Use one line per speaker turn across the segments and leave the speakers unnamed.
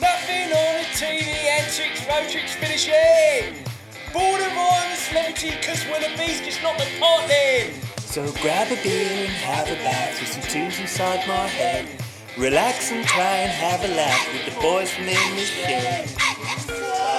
Nothing on the TV, antics, road trips finishing. Borderline celebrity, cause we're the beast, it's not the party.
So grab a beer and have a laugh with some tunes inside my head. Relax and try and have a laugh with the boys from the English shed.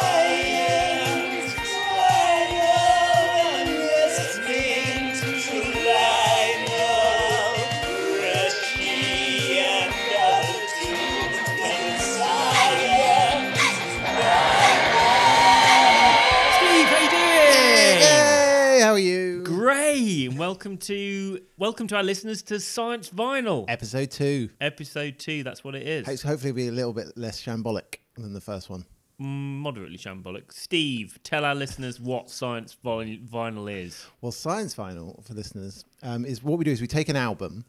Steve, how you doing?
Hey, how are you?
Great. And welcome to welcome to our listeners to Science Vinyl.
Episode two.
Episode two, that's what it is.
It's hopefully be a little bit less shambolic than the first one.
Moderately shambolic. Steve, tell our listeners what Science Vi- Vinyl is.
Well, Science Final for listeners um, is what we do is we take an album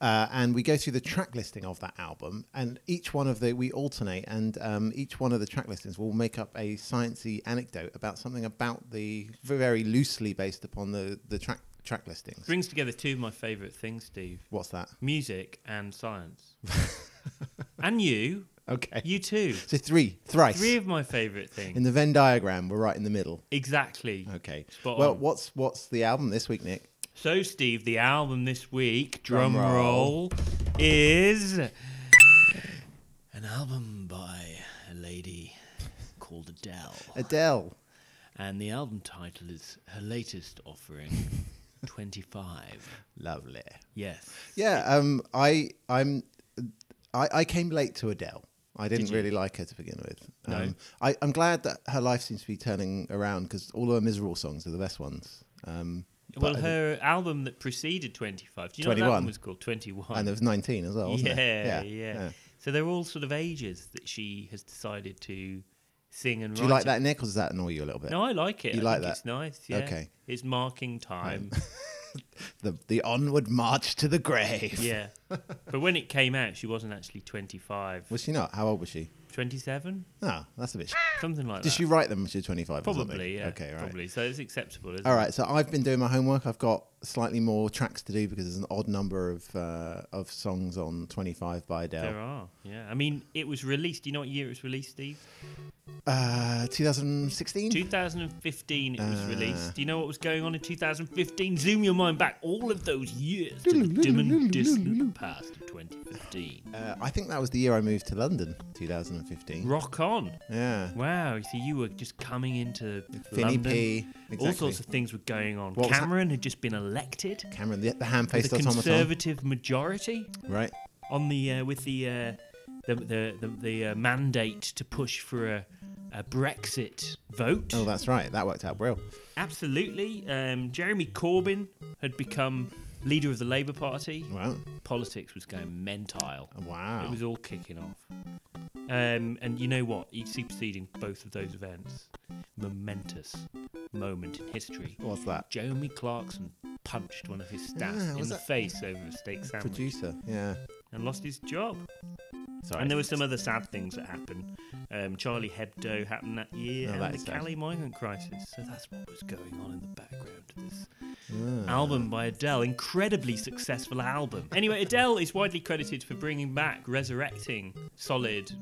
uh, and we go through the track listing of that album, and each one of the we alternate, and um, each one of the track listings will make up a sciencey anecdote about something about the very loosely based upon the the track track listings.
Brings together two of my favourite things, Steve.
What's that?
Music and science. and you.
Okay.
You too.
So three, thrice
Three of my favourite things.
in the Venn diagram. We're right in the middle.
exactly.
Okay.
Spot
well,
on.
what's what's the album this week, Nick?
So, Steve, the album this week, drum,
Drum
roll.
roll.
is an album by a lady called Adele.
Adele.
And the album title is her latest offering, 25.
Lovely.
Yes.
Yeah, um, I I'm I, I came late to Adele. I didn't
you?
really like her to begin with.
No.
Um, I, I'm glad that her life seems to be turning around because all her miserable songs are the best ones. Um,
Well,
but-
her album that preceded 25, do you know what that
21.
one was called? 21.
and there was 19 as well. Wasn't
yeah,
there?
yeah, So they're all sort of ages that she has decided to sing and
Do
write.
you like
in.
that, Nick, or does that annoy you a little bit?
No, I like it.
You
I
like
think
that?
It's nice. Yeah.
Okay.
It's marking time.
The the onward march to the grave.
yeah. But when it came out, she wasn't actually 25.
Was she not? How old was she?
27?
No, that's a bit. Sh-
Something like
Did
that.
she write them when she was 25? or something?
Probably, yeah.
Okay, right.
Probably. So it's acceptable, isn't
All right, so I've been doing my homework. I've got slightly more tracks to do because there's an odd number of uh, of songs on 25 by
it? There
Adele.
are. Yeah. I mean, it was released. Do you know what year it was released, Steve?
Uh, 2016.
2015 it was
Uh.
released. Do you know what was going on in 2015? Zoom your mind back all of those years to the dim and distant past of 2015.
Uh, I think that was the year I moved to London, 2015.
Rock on.
Yeah,
Wow, so you were just coming into
Finny
London.
P.
All
Exactly.
sorts of things were going on.
What was hap-
Cameron had just been elected
Cameron, the, the
with
hand-faced
a
automaton,
conservative majority
right?
on the uh, with the, uh, the the the, the uh, mandate to push for a, a Brexit vote.
Oh, that's right. That worked out well.
Absolutely. Um, Jeremy Corbyn had become leader of the Labour Party.
Wow,
Politics was going mentile. It
wow.
was all kicking off. Um, and you know what? He's superseding both of those events. Momentous moment in history.
What's that?
Jeremy Clarkson punched one of his staff
Yeah,
in
was
the
that-
face over a steak sandwich
Producer. Yeah.
and lost his job.
Sorry.
And there were some other sad things that happened. Um, Charlie Hebdo happened that year,
Oh,
and
that
the
is sad.
Cali migrant crisis. So that's what was going on in the background to this
Ah.
album by Adele. Incredibly successful album. Anyway, Adele is widely credited for bringing back, resurrecting solid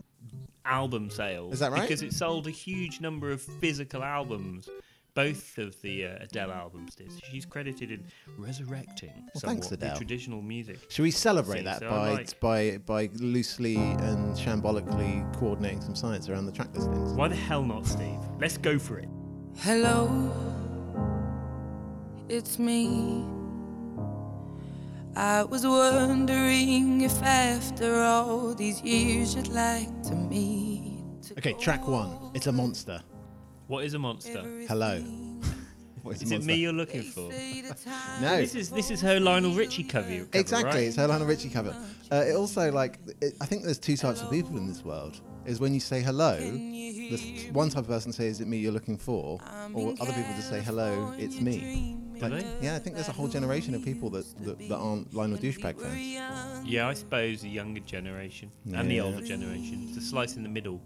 album sales.
Is that right?
Because it sold a huge number of physical albums. Both of the uh, Adele albums did. She's credited in resurrecting
Well,
somewhat
thanks,
the
Adele.
traditional music.
Should we celebrate
Think
that
so,
by,
like-
by by loosely and shambolically coordinating some science around the track listings?
Why the hell not, Steve? Let's go for it.
Hello, it's me. I was wondering if after all these years you'd like to meet.
Okay, track one. It's a monster.
What is a monster?
Hello.
Is it me you're looking for?
No.
This is this is her Lionel Richie cover. cover
Exactly,
Right?
it's Helena Richie cover. Uh, it also like it, I think there's two types of people in this world. Is when you say hello, the one type of person says is it me you're looking for, or other people just say hello, it's me. Like,
they?
yeah, I think there's a whole generation of people that that, that aren't Lionel douchebag fans.
Yeah, I suppose the younger generation and the
Yeah.
older generation. It's a slice in the middle.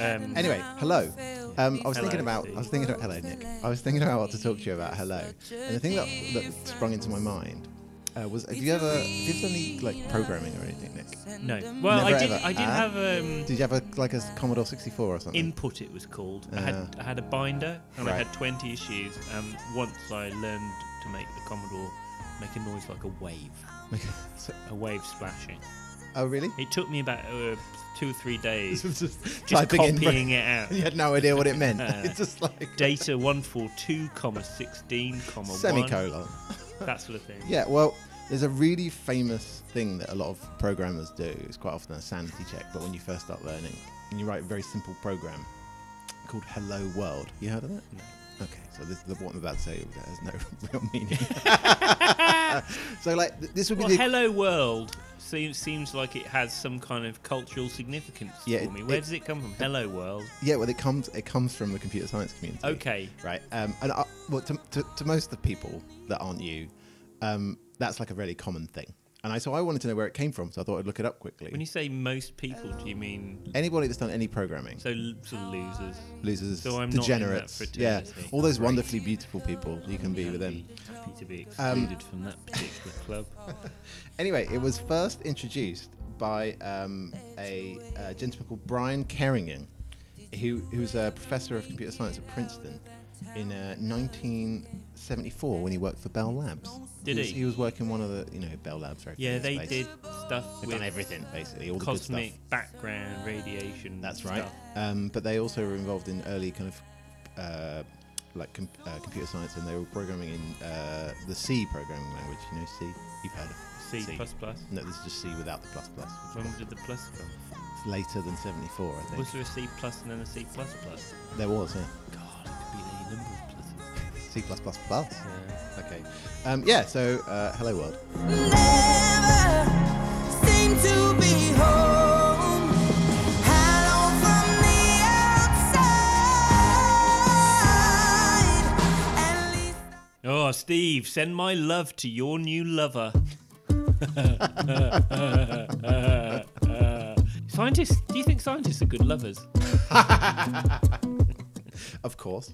Um,
Anyway, hello. Um, I was thinking
Hello,
about
Steve.
I was thinking about hello, Nick. I was thinking about what to talk to you about hello, and the thing that that sprung into my mind Uh, was have you ever have you ever done any like programming or anything, Nick?
No. Well, I
Never
did.
ever.
I did
Ah.
have um,
Did you have a like a Commodore 64 or something?
input. It was called. I
Ah.
had I had a binder and I
Right.
had twenty issues. And once I learned to make the Commodore make a noise like a wave,
So-
a wave splashing.
oh really?
It took me about uh, two or three days just,
typing in-
copying it out.
You had no idea what it meant.
Uh,
it's just like
Data one four two comma sixteen comma one
semicolon.
that sort of thing.
Yeah, well, there's a really famous thing that a lot of programmers do. It's quite often a sanity check, but when you first start learning, and you write a very simple program called Hello World. You heard of that? No. Okay, so this the one I'm about to say has no real meaning. so, like, th- this would be
Well,
the
Hello World seems seems like it has some kind of cultural significance
Yeah,
for
it-
me. Where
it-
does it come from? Hello World.
yeah. Well, it comes it comes from the computer science community.
Okay.
right? Um, and uh, well, to, to, to most of the people that aren't you, um, that's like a really common thing. And I so I wanted to know where it came from, so I thought I'd look it up quickly.
When you say most people, do you mean
Anybody that's done any programming,
so l- sort of losers?
losers,
So I'm not in that
degenerates, yeah,
fraternity.
all those wonderfully beautiful people you can be with them.
Happy to be
Um,
excluded from that particular club.
Anyway, it was first introduced by um, a, uh gentleman called Brian Kerrigan, who who's a professor of computer science at Princeton in uh, 1974 when he worked for Bell Labs.
Did
was-
he?
He was working one of the you know Bell Labs. very
Yeah,
famous
they
place.
did stuff
They've
with
done everything basically, all the good
cosmic
stuff.
background radiation.
That's right.
stuff.
Um, but they also were involved in early kind of uh, like com- uh, computer science, and they were programming in uh, the C programming language. You know, C. You've heard of
C plus plus.
No, this is just C without the plus plus.
When did the plus come?
It's later than seventy four, I think.
Was there a C plus and then a C plus plus?
there was, yeah.
God, it could be any number of pluses.
C plus plus plus.
Yeah.
Okay. Um, yeah. So, uh, hello world.
Never seem to be home. Hello from the outside. At least
Oh, Steve, send my love to your new lover. scientists, do you think scientists are good lovers?
Of course.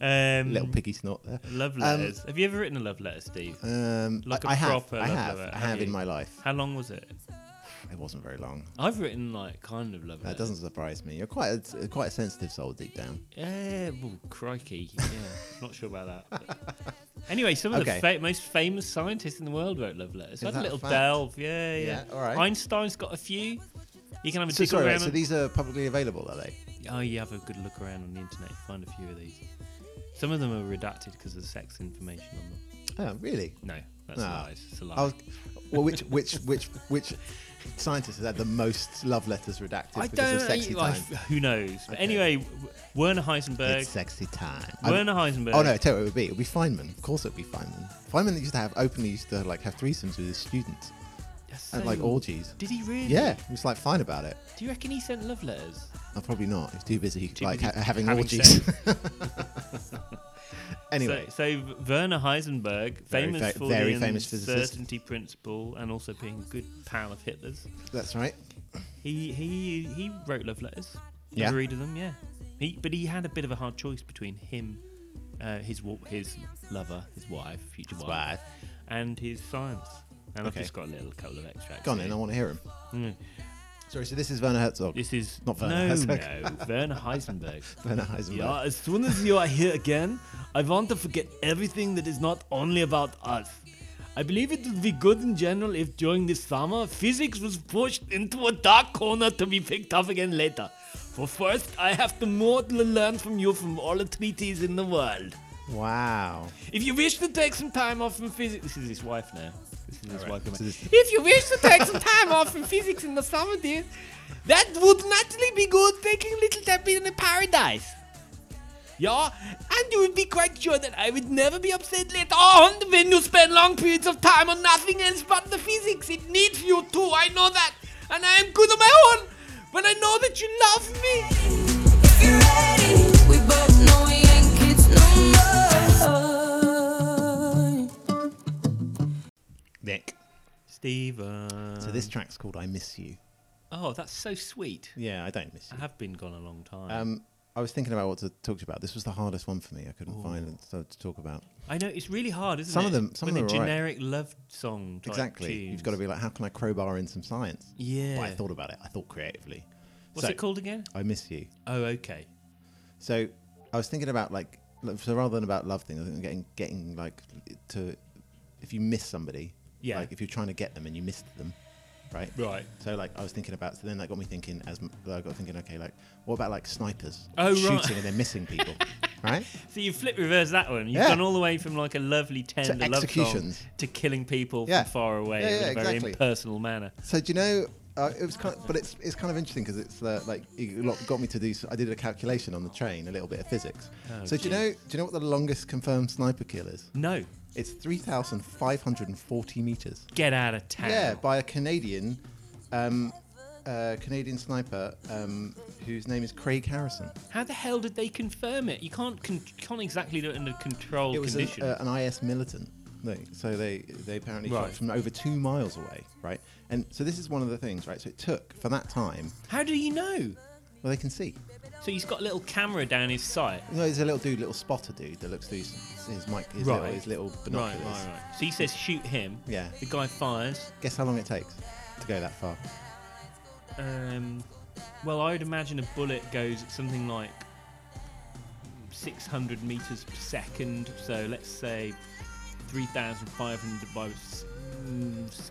Um,
Little Um, piggy snort there.
love letters. have you ever written a love letter, Steve?
Um,
Like
I-
a
I have.
proper
I
love
have.
letter,
I
have
have in
you?
my life.
How long was it?
It wasn't very long.
I've written like kind of love
That
letters.
doesn't surprise me. You're quite a, quite a sensitive soul deep down.
Yeah, well, crikey. Yeah, not sure about that. but- Anyway, some of
Okay.
the fa- most famous scientists in the world wrote love letters. I had a
that a
little
fact?
delve. Yeah, yeah.
Yeah, all right.
Einstein's got a few. You can have a
So
dig
sorry,
around.
wait, so
and-
these are publicly available, are they?
Oh, you have a good look around on the internet. You find a few of these. Some of them are redacted because of sex information on them.
Oh, really?
No, that's
No.
lies. It's a lie.
Ah. I was, well, which which which which scientist has had the most love letters redacted
I
because
don't.
of sexy
know, I-
time?
who knows? But
Okay.
anyway, W- Werner Heisenberg.
It's sexy time. I-
uh, Werner Heisenberg.
Oh no! I Tell you what it would be. It would be Feynman. Of course, it would be Feynman. Feynman used to have openly used to like have threesomes with his students
That's
and
so-
like orgies.
Did he really?
Yeah, he was like fine about it.
Do you reckon he sent love letters?
i probably not. He's too busy
Too
like
busy
ha- having,
having
orgies. anyway,
So, so Werner Heisenberg,
Very
famous
fa-
for
very
the
famous physicist.
uncertainty principle and also being a good pal of Hitler's,
that's right.
he he he wrote love letters.
Yeah.
Ever read of them? Yeah. He but he had a bit of a hard choice between him, uh, his wa- his lover, his wife, future wife,
wife.
and his science. And I've
Okay.
just got a little couple of extracts.
Gone
here.
in. I want to hear him.
Mm.
Sorry. So this is Werner Herzog.
This is
Not Werner
no,
Heisenberg.
no, Werner Heisenberg.
Werner Heisenberg.
Yeah, as soon as you are here again, I want to forget everything that is not only about us. I believe it would be good in general if during this summer physics was pushed into a dark corner to be picked up again later. For first, I have to more to learn from you from all the treaties in the world.
Wow.
If you wish to take some time off from physics, this is his wife now. This is his wife.
So this-
If you wish to take some time off from physics in the summer, dear, that would naturally be good, taking a little step in a paradise. Yeah, and you would be quite sure that I would never be upset later on when you spend long periods of time on nothing else but the physics. It needs you too, I know that. And I am good on my own when I know that you love me.
if you're ready, we both know we ain't kids no more.
Nick.
Steven.
So this track's called "I Miss You."
Oh, that's so sweet.
Yeah, I don't miss
I
you.
have been gone a long time.
Um, I was thinking about what to talk to you about. This was the hardest one for me. I couldn't find stuff to talk about.
I know it's really hard, isn't
Some
it?
of them- some
With
of
the
them are right.
generic love song. type
exactly.
tunes.
You've got to be like, how can I crowbar in some science?
Yeah.
But I thought about it. I thought creatively.
What's
So-
it called again?
I miss you.
Oh, okay.
So I was thinking about like, lo- so rather than about love things, I think I'm getting getting like to if you miss somebody,
Yeah.
like if you're trying to get them and you missed them, right?
Right.
So like I was thinking about, so then that got me thinking. As m- I got thinking, okay, like what about like snipers
Oh,
shooting
right.
and they're missing people, right?
So you flip reverse that one. You've
Yeah.
gone all the way from like a lovely tender love song
executions.
to killing people
Yeah.
from far away
Yeah,
in
yeah,
a very
exactly.
impersonal manner.
So do you know? Uh, it was kind of, but it's it's kind of interesting because it's uh, like it lo- got me to do. s- I did a calculation on the train, a little bit of physics. so do you know? Do you know what the longest confirmed sniper kill is?
No,
It's three thousand five hundred and forty meters.
get out of town.
Yeah, by a Canadian, um, uh, Canadian sniper um, whose name is Craig Harrison.
How the hell did they confirm it? You can't con- can't exactly do it under controlled
It was an,
conditions.
uh, an IS militant. They- So they they apparently shot
Right.
from over two miles away, right? And so this is one of the things, right? So it took for that time.
How do you know?
Well, they can see.
So he's got a little camera down his sight.
No, there's a little dude, little spotter dude that looks through his, his mic, his,
Right.
little, his little binoculars.
So he says shoot him.
Yeah.
The guy fires.
Guess how long it takes to go that far?
Um, well, I would imagine a bullet goes at something like 600 meters per second. So let's say 3,500 by s- mm, s-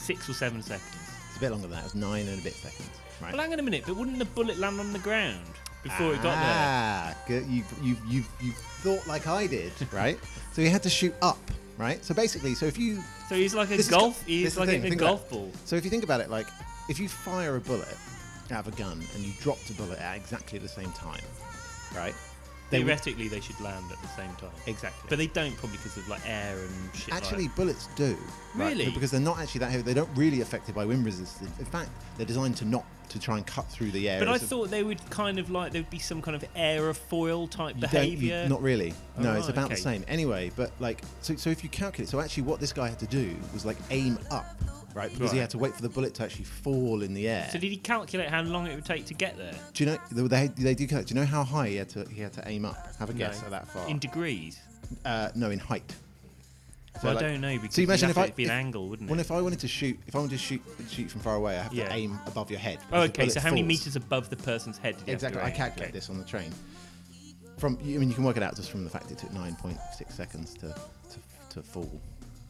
six or seven seconds.
It's a bit longer than that. It was nine and a bit seconds. Right.
Well, hang on a minute. But wouldn't the bullet land on the ground before it got there?
ah, good. You've, you've, you've, you've thought like I did, right? so you had to shoot up, right? So basically, so if you.
So he's like a
this is-
golf.
this is
he's
the
like
thing,
a
think
golf
about-
ball.
So if you think about it, like, if you fire a bullet out of a gun and you dropped a bullet at exactly the same time, right? They would-
Theoretically, they should land at the same time.
Exactly.
But they don't probably because of like air and shit. like
Actually,
that.
bullets do. right?
Really?
Because they're not actually that heavy. They don't really affected by wind resistance. In fact, they're designed to not to try and cut through the air.
but I thought they would kind of like there'd be some kind of aerofoil type behavior.
not really. No,
Oh,
it's
right,
about
okay.
the same. Anyway, but like, so, so if you calculate, so actually, what this guy had to do was like aim up, right? Because he
Right.
had to wait for the bullet to actually fall in the air.
so did he calculate how long it would take to get there?
do you know they, they do? calculate- Do you know how high he had to he had to aim up? Have a guess
No.
at that far.
In degrees.
uh, no, in height.
Well,
like-
I don't know because
so imagine
you'd
if
have
I
to be an
if-
angle, wouldn't
Well,
it?
if I wanted to shoot, if I wanted to shoot shoot from far away, I have
Yeah.
to aim above your head.
oh,
because the
okay. So
bullet
how many
falls.
meters above the person's head? Did you
Exactly. I
Have to aim?
calculated
Okay.
this on the train. From you- I mean, you can work it out just from the fact it took 9.6 seconds to, to, to fall.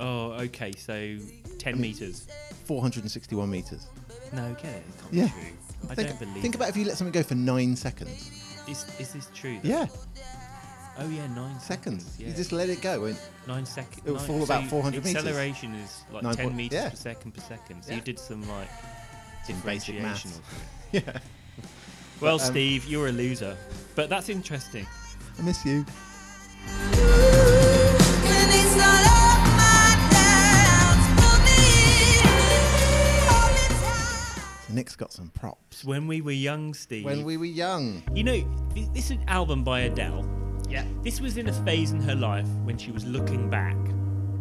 Oh, okay. So ten meters.
461 meters.
No, get it. It can't
Yeah.
be true. I
think,
don't believe.
Think about if you let something go for nine seconds.
it. Is, is this true? though?
Yeah,
Oh yeah, nine
seconds.
Yeah.
You just let it go. And
Nine seconds.
It would fall about 400 metres.
Acceleration is like
Nine
10
point-
meters
yeah.
per second per second. So
Yeah.
you did some like
Some basic
differentiation.
maths.
or something. Well,
But, um,
Steve, you're a loser, but that's interesting.
I miss you.
And it's not all my doubts for me all the time.
So Nick's got some props.
When we were young, Steve.
When we were young.
you know, th- this is an album by Adele.
Yeah.
This was in a phase in her life when she was looking back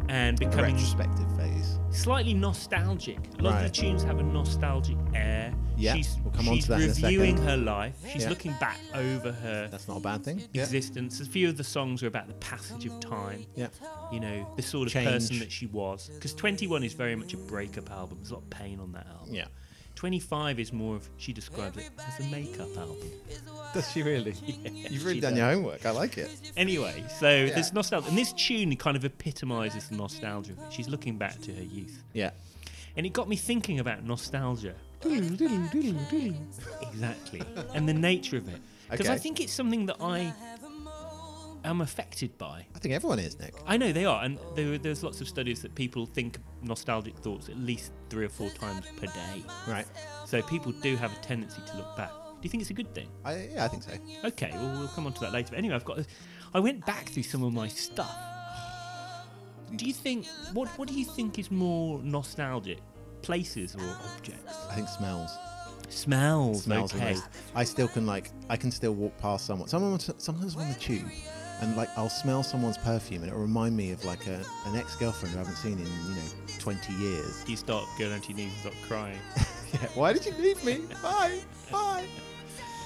and
The
becoming
retrospective phase.
slightly nostalgic. A lot of
Right.
the tunes have a nostalgic air.
Yeah,
she's,
we'll come on
she's
to that in a second.
reviewing her life. She's
Yeah.
looking back over her
That's not a bad thing. Yeah.
existence. A few of the songs are about the passage of time.
Yeah.
You know, the sort of
Change.
person that she was. Because 21 is very much a breakup album. There's a lot of pain on that album.
Yeah.
25 is more of, she describes it as a makeup album.
Does she really? You've really
she
done
does.
your homework. I like it.
Anyway, so there's nostalgia. And this tune kind of epitomizes the nostalgia of it. She's looking back to her youth.
Yeah.
And it got me thinking about nostalgia. exactly. And the nature of it. Because I
Okay.
think it's something that I am affected by.
I think everyone is, Nick.
I know they are, and there, there's lots of studies that people think nostalgic thoughts at least three or four times per day.
Right.
So people do have a tendency to look back. Do you think it's a good thing?
I, yeah, I think so.
Okay, well we'll come on to that later. But anyway, I've got. I went back through some of my stuff. Do you think what What do you think is more nostalgic, places or objects?
I think smells.
Smells.
smells
okay.
and I still can like I can still walk past someone. Someone sometimes on the tube, and like I'll smell someone's perfume and it'll remind me of like a, an ex girlfriend who I haven't seen in you know 20 years.
Do you start going onto your knees and start crying?
Yeah. Why did you leave me? Bye. Bye.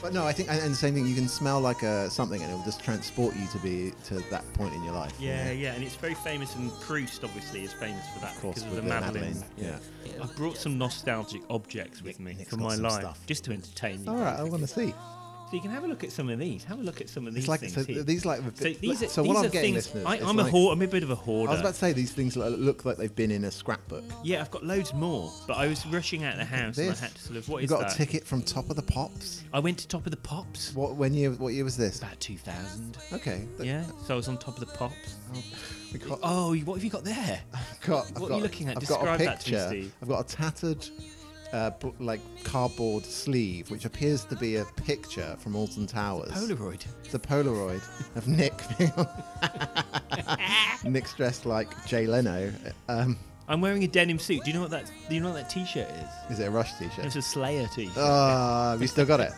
But no, I think, and, and the same thing. You can smell like a something, and it will just transport you to be to that point in your life. you
Yeah,
know?
yeah, and it's very famous, and Proust obviously is famous for that
Of course,
because of the
with the
Madeleine.
Madeleine, yeah.
I brought some nostalgic objects with me
Nick's
from
got
my
some
life
stuff.
just to entertain you.
All right, I want to see.
So you can have a look at some of these. Have a look at some of these
It's like
things
so
here.
these like
so these are,
so
these
what
are
I'm getting
things.
listeners.
I,
is
I'm a
like-
hoard. I'm a bit of a hoarder.
I was about to say these things like- look like they've been in a scrapbook.
yeah, I've got loads more, but I was rushing out of the house and I
This.
had to sort of. What
you
is
got
that?
a ticket from Top of the Pops.
I went to Top of the Pops.
What when year? What year was this?
About 2000.
Okay. th-
Yeah, so I was on Top of the Pops.
we got-
Oh, what have you got there?
I've got, I've
what are you
got-
looking at?
I've got a
Describe that to me,
picture.
Steve.
I've got a tattered, uh, bl- like cardboard sleeve, which appears to be a picture from Alton Towers.
Polaroid.
It's a Polaroid of Nick. being on- Nick's dressed like Jay Leno. Um,
I'm wearing a denim suit. Do you know what that? Do you know what that T-shirt is?
is it a Rush
It's
t-shirt?
a Slayer T-shirt.
Oh, have you still got it?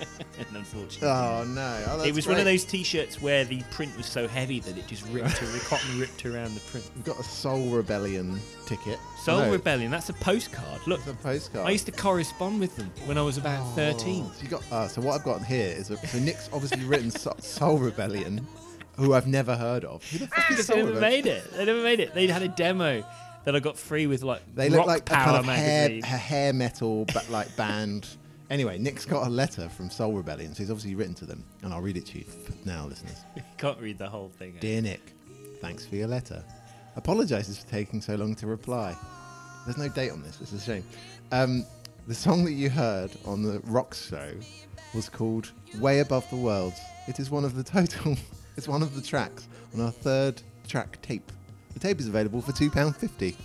Unfortunately.
Oh no! Oh,
It
that's
was one of
great.
those T-shirts where the print was so heavy that it just ripped, the cotton ripped around the print.
We've got a Soul Rebellion ticket.
Soul
No,
Rebellion. That's a postcard. Look,
It's a postcard.
I used to correspond with them when I was about 13.
So you got. Uh, so what I've got here is a, so Nick's obviously written so- Soul Rebellion, who I've never heard of. Who the fuck is
Because
Soul
they never
Rebellion?
made it. They never made it. They had a demo that I got free with like
They
Rock
look like a
Power
kind of hair,
magazine.
a hair metal but like band. Anyway, Nick's got a letter from Soul Rebellion, so he's obviously written to them, and I'll read it to you now, listeners.
Can't read the whole thing.
Dear Nick, thanks for your letter. Apologises for taking so long to reply. There's no date on this, it's a shame. Um, the song that you heard on the rock show was called Way Above the World. It is one of the total, it's one of the tracks on our third track tape. The tape is available for £2.50.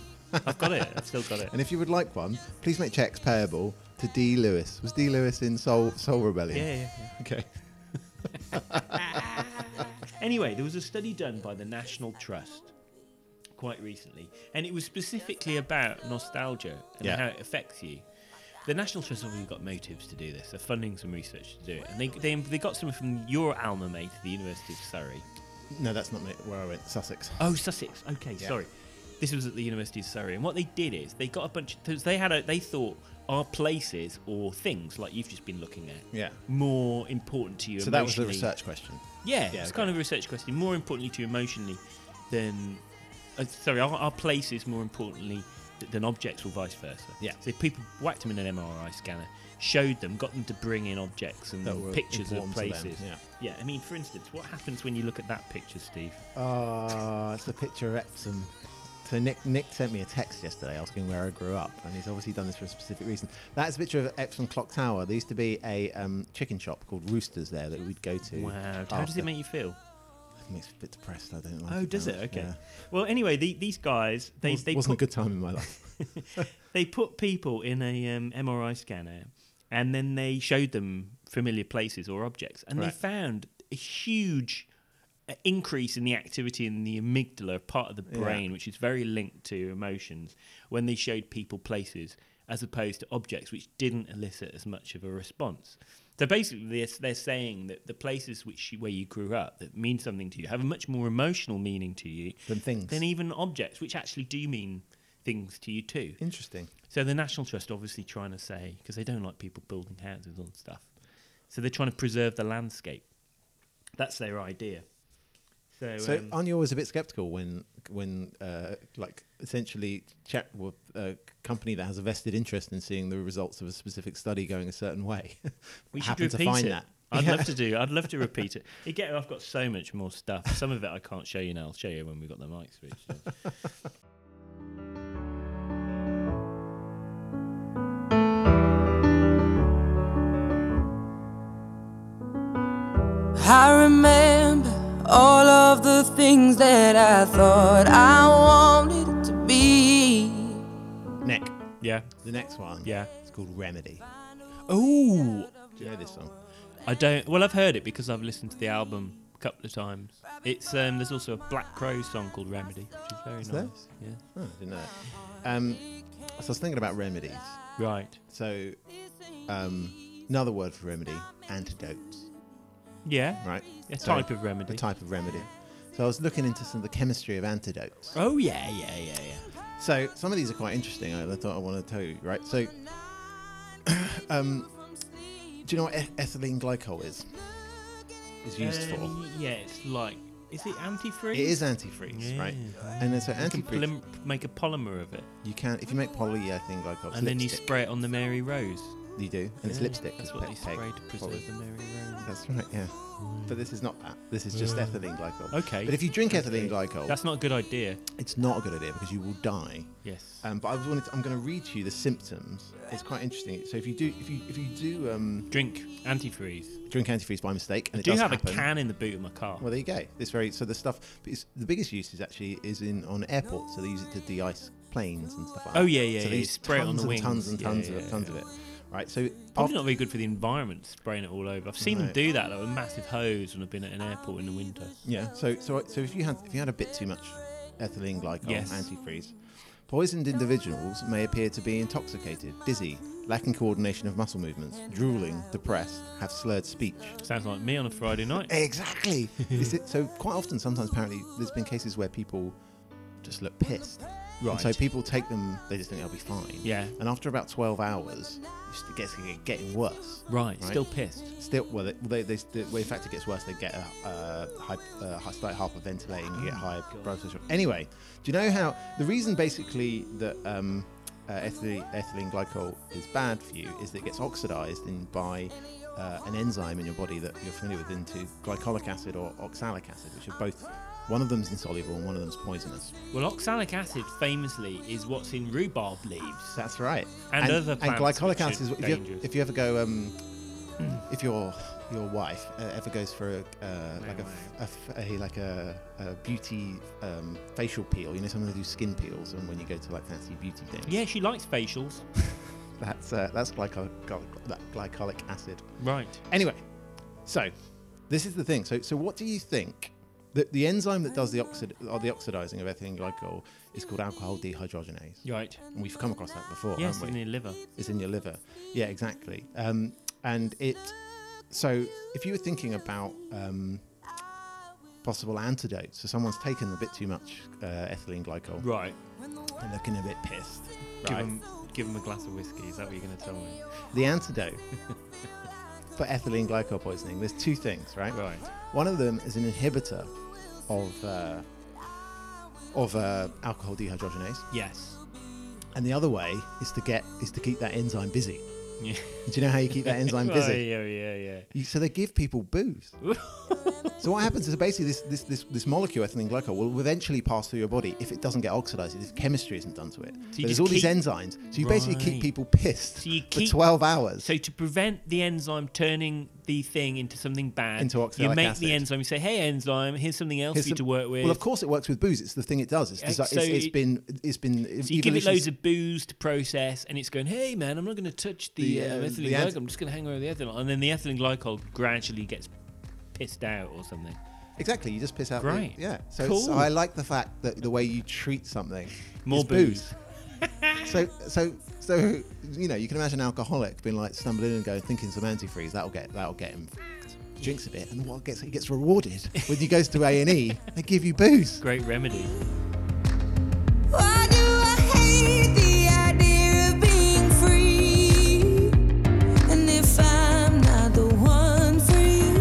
I've got it. I've still got it.
And if you would like one, please make checks payable to D. Lewis. Was D. Lewis in Soul, Soul Rebellion?
Yeah, yeah, yeah.
Okay.
Anyway, there was a study done by the National Trust quite recently, and it was specifically about nostalgia and
Yeah.
how it affects you. The National Trust obviously got motives to do this. They're funding some research to do it, and they they, they got some from your alma mater, the University of Surrey.
No, that's not me- where I went. Sussex.
Oh, Sussex. Okay,
Yeah.
sorry. This was at the University of Surrey, and what they did is they got a bunch. Of, 'cause they had a, they thought are places or things like you've just been looking at
Yeah.
more important to you.
So that was the
emotionally
research question.
yeah,
Yeah,
it's
okay.
kind of a research question. More importantly to you emotionally than. Uh, sorry, our, our place is more importantly th- than objects or vice versa.
Yeah.
So people whacked them in an MRI scanner, showed them, got them to bring in objects and
That were
pictures of
important to them,
places.
yeah.
yeah, I mean, for instance, what happens when you look at that picture, Steve?
Oh, it's a picture of Epsom. So Nick Nick sent me a text yesterday asking where I grew up, and he's obviously done this for a specific reason. That's a picture of Epsom Clock Tower. There used to be a um, chicken shop called Roosters there that we'd go to.
Wow. How does
after.
it make you feel?
It makes me a bit depressed. I don't like.
Oh,
it
does
that
it?
much,
Okay.
yeah.
Well, anyway, the, these guys they
Was-
they
wasn't
put,
a good time in my life.
they put people in a um, MRI scanner, and then they showed them familiar places or objects, and they
Right.
found a huge uh, increase in the activity in the amygdala part of the brain, which is very linked to emotions, when they showed people places as opposed to objects, which didn't elicit as much of a response. So basically, they're, they're saying that the places which you, where you grew up that mean something to you have a much more emotional meaning to you
Than things.
than even objects, which actually do mean things to you too.
Interesting.
So the National Trust obviously trying to say because they don't like people building houses on stuff, so they're trying to preserve the landscape. That's their idea. So,
So
um,
aren't you always a bit skeptical when when uh, like essentially chat with a company that has a vested interest in seeing the results of a specific study going a certain way?
we should
happen
repeat
to find
it.
that.
I'd
Yeah.
love to do. I'd love to repeat it. Again, I've got so much more stuff. Some of it I can't show you now. I'll show you when we've got the mic switched. on.
I remember all of the things that I thought I wanted to be.
Nick,
yeah,
the next one.
yeah.
It's called Remedy.
Oh,
Do you know this song?
I don't. Well, I've heard it because I've listened to the album a couple of times. It's um, there's also a Black Crow song called Remedy, which is very
there?
nice. Yeah.
Oh, I didn't know that. Um, so I was thinking about remedies.
Right.
So um, another word for remedy, antidotes,
Yeah.
right?
A
So,
type of remedy.
The type of remedy. So I was looking into some of the chemistry of antidotes.
Oh yeah, yeah, yeah, yeah.
So some of these are quite interesting. I I thought I want to tell you, right? So, um, Do you know what eth- ethylene glycol is? Is used for.
Um, yeah, it's like is it antifreeze?
It is antifreeze, right? And then so
You can
antifreeze.
poly- make a polymer of it,
you can if you make polyethylene glycol. it's
and then you
lipstick.
spray it on the Mary Rose.
You do, and it's
Yeah,
lipstick.
That's
it's
what they
peg- peg,
spray to preserve
poly.
the Mary Rose.
That's right, yeah. But this is not that. This is just ethylene glycol.
Mm. Okay.
But if you drink ethylene glycol,
That's not a good idea.
it's not a good idea because you will die.
Yes.
Um, but I was wanted to, I'm going to read to you the symptoms. It's quite interesting. So if you do, if you if you do um,
Drink antifreeze.
drink antifreeze by mistake, and
I
it
do
does
have
happen,
a can in the boot of my car.
Well, there you go. This very so the stuff. But it's, the biggest use is actually is in on airports. So they use it to de-ice planes and stuff like
Oh,
that.
yeah, yeah,
So
yeah,
they use
spray it on
tons
the
and tons
wings.
and
Yeah,
tons
yeah,
of it, tons
yeah.
of it. Right. So
Probably
after-
not very good for the environment, spraying it all over. I've seen them
No.
do that though, with massive hose when I've been at an airport in the winter.
yeah. So so so if you had if you had a bit too much ethylene glycol
Yes.
antifreeze, poisoned individuals may appear to be intoxicated, dizzy, lacking coordination of muscle movements, drooling, depressed, have slurred speech.
Sounds like me on a Friday night.
Exactly. Is it- so quite often, sometimes apparently, there's been cases where people just look pissed. And so
Right.
people take them; they just think they'll be fine.
Yeah.
And after about 12 hours, it's- it gets it getting worse.
Right, still pissed.
Still, well, they, they, they, they, well, in fact, it gets worse. They get a, uh, hy uh, hy- start hyperventilating, you get high blood pressure. Anyway, do you know how the reason basically that um, uh, ethylene, ethylene glycol is bad for you is that it gets oxidized in by uh, an enzyme in your body that you're familiar with into glycolic acid or oxalic acid, which are both one of them's insoluble and one of them's poisonous.
Well, oxalic acid famously is what's in rhubarb leaves.
That's right.
And other
and
plants
glycolic
which are
acid is if you,
dangerous.
if you ever go um, if your your wife uh, ever goes for a uh, like a, f- a f- a- like a, a beauty um, facial peel, you know, some of do skin peels, and when you go to like fancy beauty things,
Yeah, she likes facials.
that's uh, that's glycolic, that glycolic acid.
Right.
Anyway, so this is the thing. So so what do you think? The, the enzyme that does the oxid or the oxidizing of ethylene glycol is called alcohol dehydrogenase.
Right.
And We've come across that before,
Yes,
haven't we?
in your liver.
is in your liver. Yeah, exactly. Um, and it. So if you were thinking about um, possible antidotes, so someone's taken a bit too much uh, ethylene glycol,
Right.
they're looking a bit pissed.
Give
Right.
him, give him a glass of whiskey. Is that what you're going to tell me?
The antidote for ethylene glycol poisoning. There's two things, right?
Right.
One of them is an inhibitor of uh, of uh, alcohol dehydrogenase,
Yes.
and the other way is to get is to keep that enzyme busy.
Yeah.
Do you know how you keep that enzyme
Oh,
busy?
yeah, yeah, yeah.
You- So they give people booze. so what happens is basically this this this, this molecule ethylene glycol will eventually pass through your body if it doesn't get oxidized, if chemistry isn't done to it. So there's
just
all these
keep-
enzymes. So you basically keep
Right.
people pissed
So you
for
keep-
12 hours.
So to prevent the enzyme turning the thing into something bad,
Into oxalic
you make
acid.
the enzyme. You say, "Hey, enzyme, here's something else
Here's
for you
some-
to work with."
Well, of course it works with booze. It's the thing it does. It's,
Ex-
desi- it's,
so
it's
it-
been it's been
So you give it loads of booze to process, and it's going, "Hey, man, I'm not going to touch the,
The,
uh,
uh,
ethylene
the
glycol.
ant-
I'm just going to hang over the ethylene." And then the ethylene glycol gradually gets pissed out or something.
Exactly, you just piss out. the-
Right.
yeah. So,
Cool.
so I like the fact that the way you treat something
More
is booze. so so so you know you can imagine an alcoholic being like stumbling in and going thinking some antifreeze that'll get that'll get him. He drinks a bit and what gets he gets rewarded when he goes to A and E. They give you booze.
Great remedy.
Why do I hate the idea of being free? And if I'm not the one for you,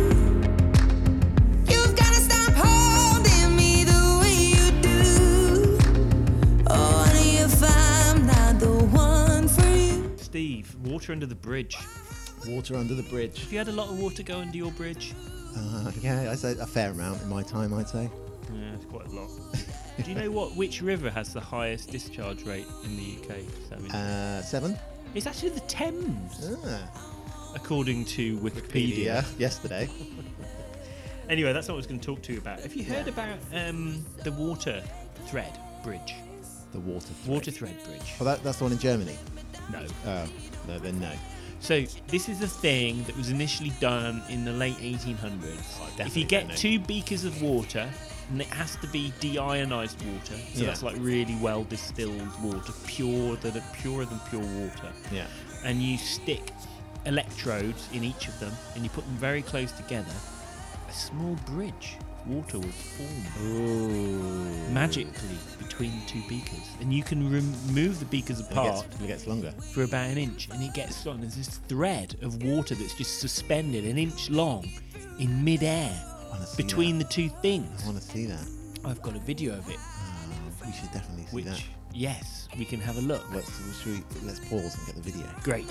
you've gotta stop holding me the way you do. Only if I'm not the one for you.
Steve, water under the bridge.
Water under the bridge.
Have you had a lot of water go under your bridge?
Uh, yeah, I said a fair amount in my time, I'd say.
Yeah, it's quite a lot. Do you know what? Which river has the highest discharge rate in the UK? Sammy?
Uh, seven.
it's actually the Thames,
Ah,
according to Wikipedia.
yeah, yesterday.
Anyway, that's what I was going to talk to you about. Have you heard about um, the water thread bridge?
The water. Thread.
Water thread bridge.
Well, that, that's the one in Germany.
No.
Oh, no, then no.
So this is a thing that was initially done in the late 1800s. if
Oh, definitely
you get
don't know.
two beakers of water, and it has to be deionized water, so
Yeah.
that's like really well distilled water, pure that purer than pure water.
Yeah.
And you stick electrodes in each of them, and you put them very close together. A small bridge water was formed magically between the two beakers, and you can rem- move the beakers
It
apart
gets, it gets longer.
for about an inch, and it gets on. There's this thread of water that's just suspended an inch long in midair
wanna see
between the two things.
I want to see that.
I've got a video of it,
Um, we should definitely see
which
that.
yes, we can have a look.
Let's should we, let's pause and get the video.
Great.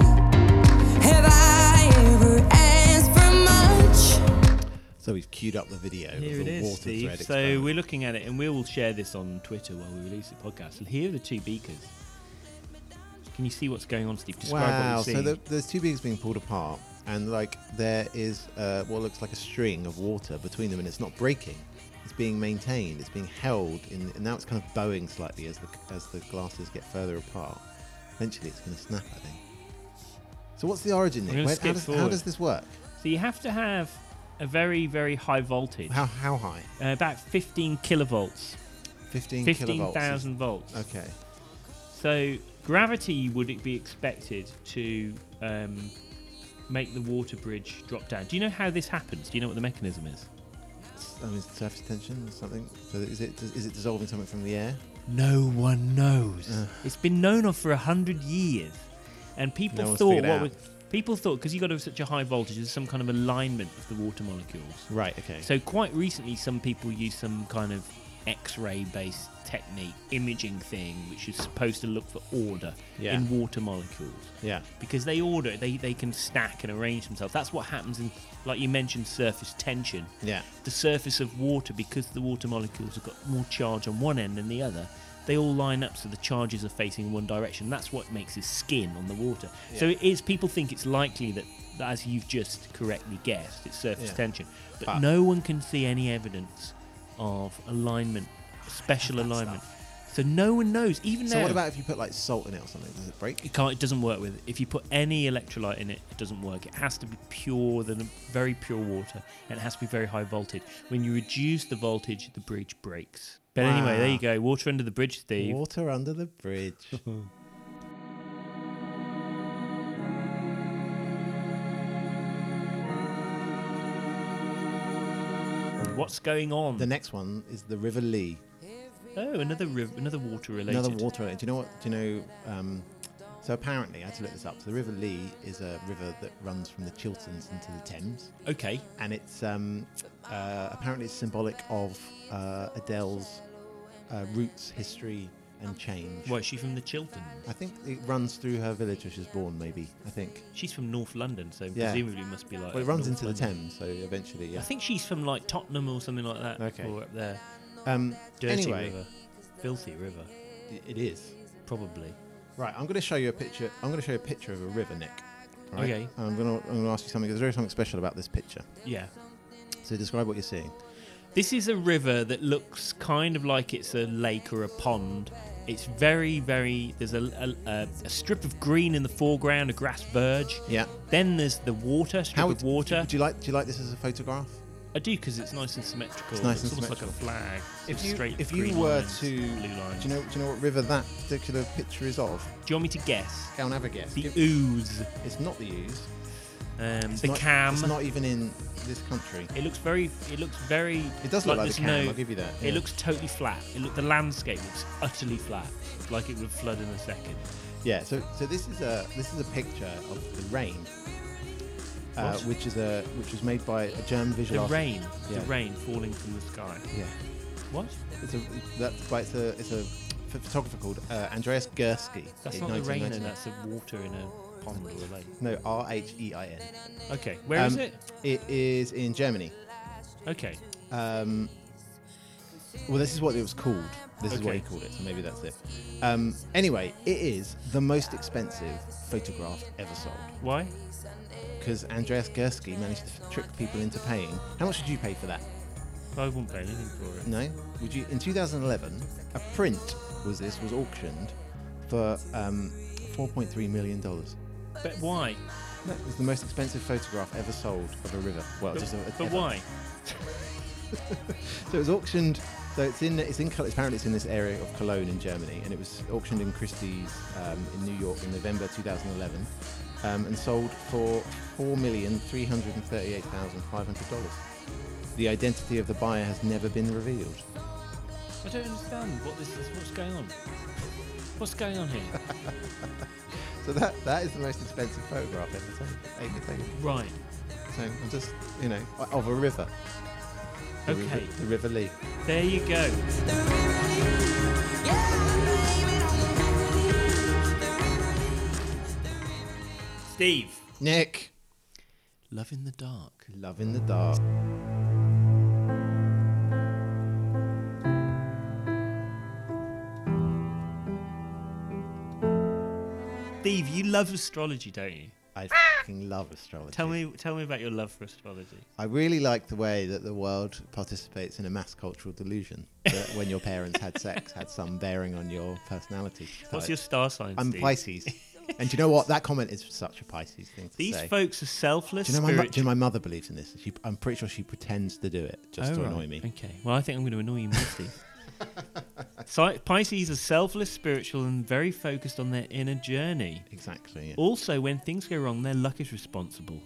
Have I ever asked for much?
So we've queued up the video.
Here
of
it
the
is,
water
Steve.
thread
So
experiment.
we're looking at it, and we will share this on Twitter while we release the podcast. And here are the two beakers. Can you see what's going on, Steve? Describe
wow.
what you're
So
seeing.
the, there's two beings being pulled apart, and like there is uh, what looks like a string of water between them, and it's not breaking. It's being maintained. It's being held, in, and now it's kind of bowing slightly as the as the glasses get further apart. Eventually, it's going to snap. I think. So what's the origin? Nick?
gonna
Where-
skip
how, does, how
forward.
does this work?
So you have to have a very, very high voltage,
How how high?
uh, about 15 kilovolts,
Fifteen. kilovolts.
15,000 volts.
Okay.
So gravity would it be expected to um, make the water bridge drop down? Do you know how this happens? Do you know what the mechanism is?
I mean, surface tension or something. So is it is it dissolving something from the air?
No one knows.
Ugh.
Uh. It's been known of for a hundred years, and people
No one's
thought
figured
what
it
was, people thought because you got to have such a high voltage, there's some kind of alignment of the water molecules.
Right. Okay.
So quite recently, some people used some kind of X-ray based technique, imaging thing, which is supposed to look for order
Yeah.
in water molecules
yeah.
because they order, they they can stack and arrange themselves. That's what happens in, like you mentioned, surface tension
Yeah.
the surface of water because the water molecules have got more charge on one end than the other they all line up so the charges are facing in one direction that's what makes his skin on the water so it is people think it's likely that, that as you've just correctly guessed it's surface
Yeah.
tension but,
But-
no one can see any evidence of alignment special alignment so no one knows even
So
now
what about if you put like salt in it or something? Does it break?
it can't. It doesn't work with. If you put any electrolyte in it, it doesn't work. It has to be pure, than very pure water, and it has to be very high voltage. When you reduce the voltage, the bridge breaks. But anyway, there you go. Water under the bridge, Steve.
Water under the bridge.
What's going on?
the next one is the River Lee.
oh, another riv- another water related.
Another water. Do you know what? Do you know? Um, so apparently, I had to look this up. So the River Lee is a river that runs from the Chilterns into the Thames,
Okay.
and it's um, uh, apparently it's symbolic of uh, Adele's uh, roots, history, and change.
Why is she from the Chilterns?
I think it runs through her village where she was born. Maybe I think.
She's from North London, so
Yeah.
presumably must be like.
Well, it
up
runs
North
into the
London.
Thames, so eventually,
I
yeah.
think she's from like Tottenham or something like that.
Okay.
Or up there.
Um,
Dirty
anyway,
river. Filthy river.
i- it is.
Probably.
Right, I'm going to show you a picture. I'm going to show you a picture of a river, Nick. all right?
Okay.
And I'm going to I'm going to ask you something. 'cause There's something special about this picture.
Yeah.
So describe what you're seeing.
This is a river that looks kind of like it's a lake or a pond. It's very, very. There's a, a, a, a strip of green in the foreground, a grass verge.
Yeah.
Then there's the water, strip
would
of water.
Do you like Do you like this as a photograph?
I do because it's nice and symmetrical.
It's nice and
almost like a flag. sort
If
of
you
straight
If you
green
were
lines,
to,
blue lines.
do you know Do you know what river that particular picture is of?
Do you want me to guess?
Go and have a guess.
The
Give-
ooze,
it's not the ooze.
um,
It's
the
not-
cam.
It's not even in this country.
It looks very. It looks very.
It does look like the
there's
cam,
no-
I'll give you that,
It
yeah.
looks totally flat. It look, the landscape looks utterly flat, like it would flood in a second.
Yeah. So so this is a this is a picture of the rain. Uh,
What?
which is a which was made by a German
The
visual artist.
rain, the
Yeah.
rain falling from the sky.
Yeah.
What?
It's a that's by it's a it's a ph- photographer called uh, Andreas Gursky.
That's
in
not the rain,
1999.
and that's the water in a pond or a lake.
No, R H E I N.
Okay, where is
Um,
it?
It is in Germany.
Okay,
Um, well, this is what it was called. This is what
Okay.
he called it. So maybe that's it. Um, anyway, it is the most expensive photograph ever sold
why?
because Andreas Gursky managed to f- trick people into paying. How much did you pay for that?
I wouldn't pay anything for it.
No. Would you? In 2011, a print was this was auctioned for um, 4.3 million dollars.
But why?
No, It's the most expensive photograph ever sold of a river. Well,
But,
just of-
but
ever.
why?
So it was auctioned. So it's in it's in Col- apparently it's in this area of Cologne in Germany, and it was auctioned in Christie's um, in New York in November 2011, um, and sold for four million three hundred and thirty-eight thousand five hundred dollars. The identity of the buyer has never been revealed.
I don't understand what this is. What's going on? What's going on here?
So that that is the most expensive photograph ever taken. Ever taken.
right.
So I'm just, you know, of a river. The river-
Okay.
the River Lee.
There you go. Steve.
Nick.
Love in the dark.
Love in the dark.
Steve, you love astrology, don't you?
I fucking love astrology.
Ah! Tell me, tell me about your love for astrology.
I really like the way that the world participates in a mass cultural delusion that when your parents had sex had some bearing on your personality.
What's
type.
your star sign?
I'm
Steve?
Pisces. and do you know what? That comment is such a Pisces thing to
These
say.
folks are selfless.
do you know, my, mo- do you
spiritual-
know my mother believes in this? She, I'm pretty sure she pretends to do it just
Oh,
to
right.
annoy me.
Okay. Well, I think I'm going to annoy you more, Steve. Si- Pisces are selfless, spiritual, and very focused on their inner journey.
Exactly. yeah.
Also, when things go wrong, their luck is responsible.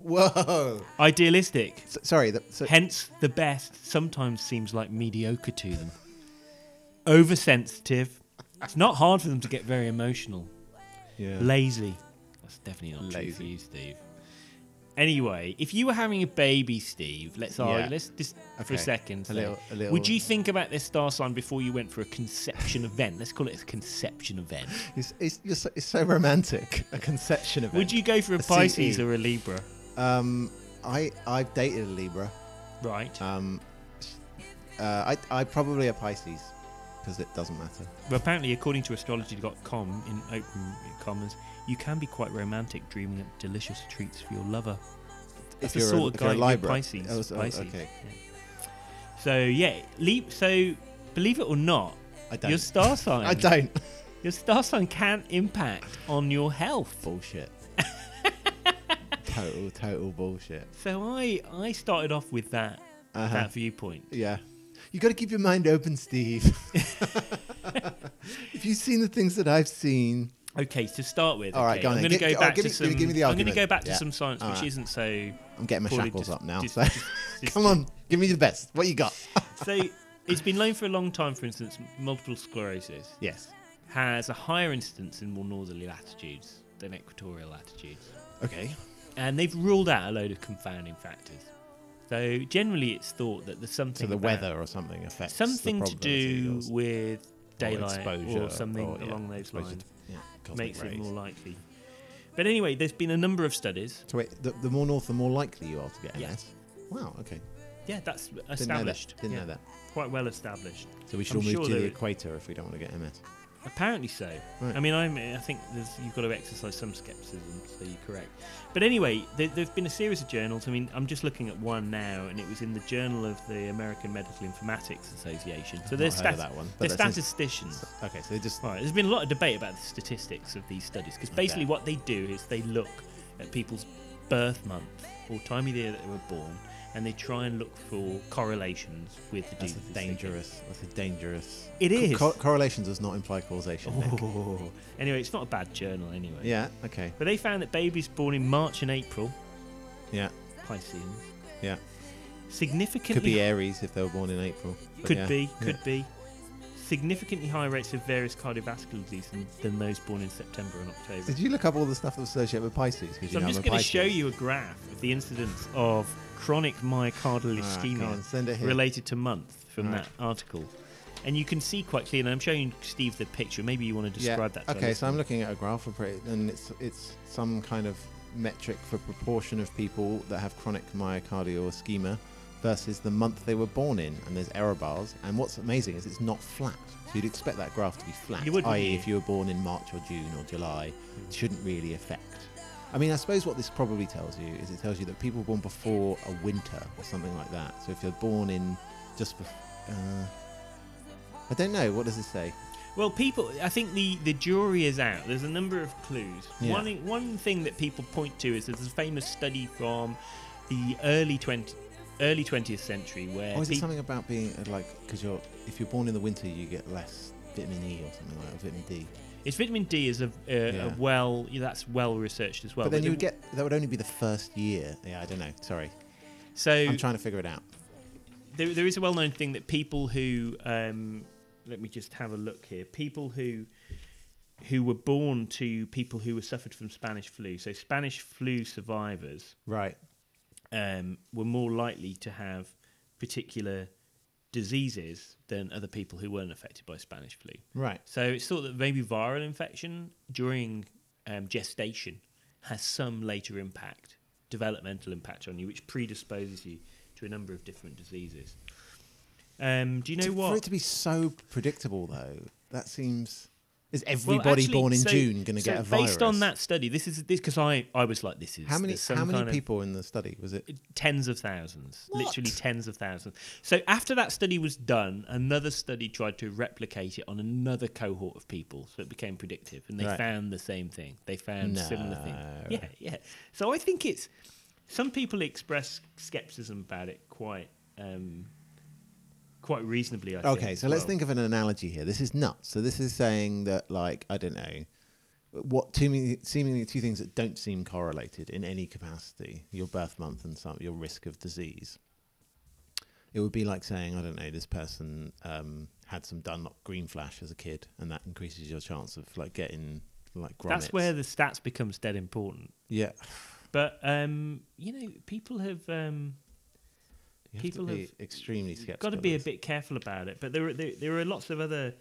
Whoa!
Idealistic.
So, sorry. That, so,
Hence, the best sometimes seems like mediocre to them. Oversensitive. It's not hard for them to get very emotional.
yeah.
Lazy. That's definitely not true for
Lazy.
you, Steve. Anyway, if you were having a baby, Steve, let's argue,
Yeah.
let's just for
Okay.
a second.
A
say,
little- a little-
Would you think about this star sign before you went for a conception event? Let's call it a conception event.
It's, it's, you're so, it's so romantic. A conception of
Would you go for a,
A CE.
Pisces or a Libra?
Um, I I've dated a Libra.
Right.
Um, uh, I I probably a Pisces because it doesn't matter.
Well, apparently, according to astrology.com, in open commas, you can be quite romantic, dreaming up delicious treats for your lover. That's the
you're a-
sort of
if you're
guy
a
you're
Libra.
Pisces.
Oh, so-
Pisces.
okay.
yeah. So yeah, leap. So believe it or not,
I don't.
your star sign,
I don't.
your star sign can impact on your health.
bullshit. total total bullshit.
So I, I started off with that,
Uh-huh.
that viewpoint.
Yeah. You got to keep your mind open, Steve. if you've seen the things that I've seen,
Okay, to start with,
All right,
okay,
go on
I'm
then.
going to
Gi-
go
oh,
back
give
to
me-
some.
give me- give me the
I'm going to
argument.
go back to
Yeah.
some science,
All
which
right.
isn't so.
I'm getting my
poorly
shackles
dis-
up now.
dis-
so,
dis-
come on, give me the best. What you got?
So it's been known for a long time, for instance, multiple sclerosis
yes.
has a higher incidence in more northerly latitudes than equatorial latitudes.
Okay.
And they've ruled out a load of confounding factors. So generally it's thought that there's something
So the
about-
weather or something affects the
something to
probability
do
of-
with daylight
exposure
or, something
or, yeah,
along those
exposure to-
lines
yeah, cosmic
makes
rays.
it more likely. But anyway, there's been a number of studies.
So wait, the, the more north, the more likely you are to get MS.
Yes.
Wow. Okay.
Yeah, that's
Didn't know that.
established.
Didn't
Yeah,
know that.
Quite well established.
So we should
I'm
all move
sure
to the
there-
equator if we don't want to get MS.
Apparently so.
Right.
I mean, I'm, I think there's, you've got to exercise some skepticism, so you're correct. But anyway, there, there have been a series of journals. I mean, I'm just looking at one now, and it was in the Journal of the American Medical Informatics Association. So
I've
they're,
not heard
stat-
of that one, but
they're
that sounds-
statisticians.
Okay. So they just
Right, there's been a lot of debate about the statistics of these studies, because basically
Okay.
what they do is they look at people's birth month or time of the year that they were born, and they try and look for correlations with the
that's a
disease they get.
dangerous. That's a dangerous.
It
Co-
is.
co- correlation does not imply causation. Nick.
Oh. Anyway, it's not a bad journal anyway.
Yeah. Okay.
But they found that babies born in March and April,
Yeah.
Pisceans,
Yeah.
significantly
Could be Aries if they were born in April. but
could
yeah,
be,
yeah.
could be significantly higher rates of various cardiovascular disease than, than those born in September and October.
Did you look up all the stuff that was associated with Pisces? 'Cause you
So I'm
know
just
a
going to show
Pisces.
you a graph of the incidence of chronic myocardial
Ah, come on,
ischemia
send it here.
related to month from
All right.
that article. And you can see quite clearly, and I'm showing Steve the picture. Maybe you want to describe that to our
Okay, so
listeners.
I'm looking at a graph of it, and it's it's some kind of metric for proportion of people that have chronic myocardial ischemia versus the month they were born in, and there's error bars. And what's amazing is it's not flat, so you'd expect that graph to be flat.
You would, wouldn't Hmm.
i.e.,
you?
if you were born in March or June or July, it shouldn't really affect. I mean, I suppose what this probably tells you is it tells you that people born before a winter or something like that. So if you're born in just before. Uh, I don't know. What does it say?
Well, people, I think the, the jury is out. There's a number of clues.
Yeah.
One one thing that people point to is there's a famous study from the early twenty early twentieth century where
Or Oh, is it
peop-
something about being uh, like because you're if you're born in the winter you get less vitamin E or something like that, or vitamin D.
it's vitamin D is a, a,
Yeah.
a well yeah, that's well researched as well.
but then
But
you would
the-
get that would only be the first year. Yeah, I don't know. Sorry.
So
I'm trying to figure it out.
there, there is a well-known thing that people who um, let me just have a look here people who who were born to people who were suffered from spanish flu so spanish flu survivors
Right.
um, were more likely to have particular diseases than other people who weren't affected by spanish flu
Right.
so it's thought that maybe viral infection during um, gestation has some later impact, developmental impact on you, which predisposes you to a number of different diseases. Um, do you know
To-
what?
For it to be so predictable, though, that seems. Is everybody born in
so-
June going to
so
get a virus?
Based on that study, this is this because I, I was like, this is
how many
there's some
how many
kind of-
people in the study was it?
tens of thousands, literally tens of thousands. So after that study was done, another study tried to replicate it on another cohort of people, so it became predictive, and they
Right.
found the same thing. They found similar
No.
things. Yeah, yeah. So I think it's some people express skepticism about it quite. Um, Quite reasonably, I think.
Okay, so
as
let's
well.
think of an analogy here. This is nuts. So this is saying that, like, I don't know, what two me- seemingly two things that don't seem correlated in any capacity: your birth month and some your risk of disease. It would be like saying, I don't know, this person um, had some Dunlop green flash as a kid, and that increases your chance of like getting like grommets.
That's where the stats becomes dead important.
yeah
But um, you know, people have um,
you
people
have to be
have
extremely skeptical.
Got to be a
of this.
bit careful about it. But there are there, there are lots of other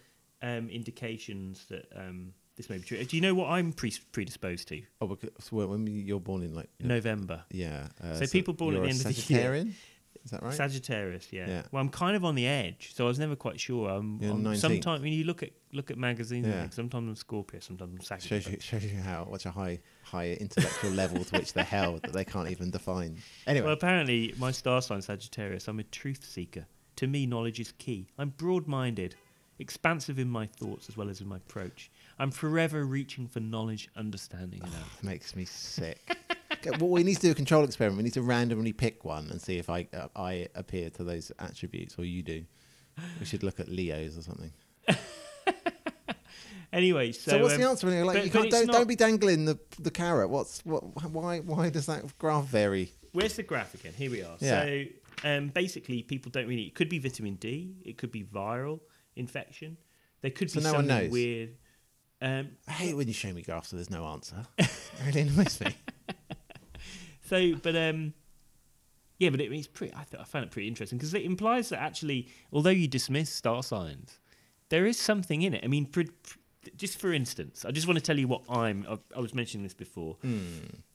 um, indications that um, this may be true. Do you know what I'm pre- predisposed to?
Oh, because well, when you're born in like
November.
yeah. Uh,
So people born at
you're
the
a
end of the year.
Sagittarian? Is that right?
Sagittarius, yeah.
Yeah.
Well, I'm kind of on the edge, so I was never quite sure. I'm,
You're
I'm
19th.
sometimes when you look at look at magazines, and
Yeah.
things, sometimes I'm Scorpio, sometimes I'm
shows you,
Sagittarius.
shows you how much a high higher intellectual level to which they're held that they can't even define. Anyway,
Well, apparently my star sign Sagittarius, I'm a truth seeker. To me, knowledge is key. I'm broad-minded, expansive in my thoughts as well as in my approach. I'm forever reaching for knowledge, understanding, and
that makes me sick. Okay, well, we need to do a control experiment. We need to randomly pick one and see if I uh, I appear to those attributes or you do. We should look at Leos or something.
Anyway, so,
So, what's
um,
the answer? When you're like,
but-
you
but
can't,
it's
don't,
not-
don't be dangling the the carrot. What's what? Why why does that graph vary?
Where's the graph again? Here we are.
Yeah.
So um, basically, people don't really. It could be vitamin D. It could be viral infection. There could
So
be
no one
something
knows?
weird. Um,
I hate when you show me graphs and there's no answer. It really annoys me.
so, but um, yeah, but it, it's pretty. I, th- I found it pretty interesting because it implies that actually, although you dismiss star signs, there is something in it. I mean, pr- pr- just for instance, I just want to tell you what I'm. I, I was mentioning this before.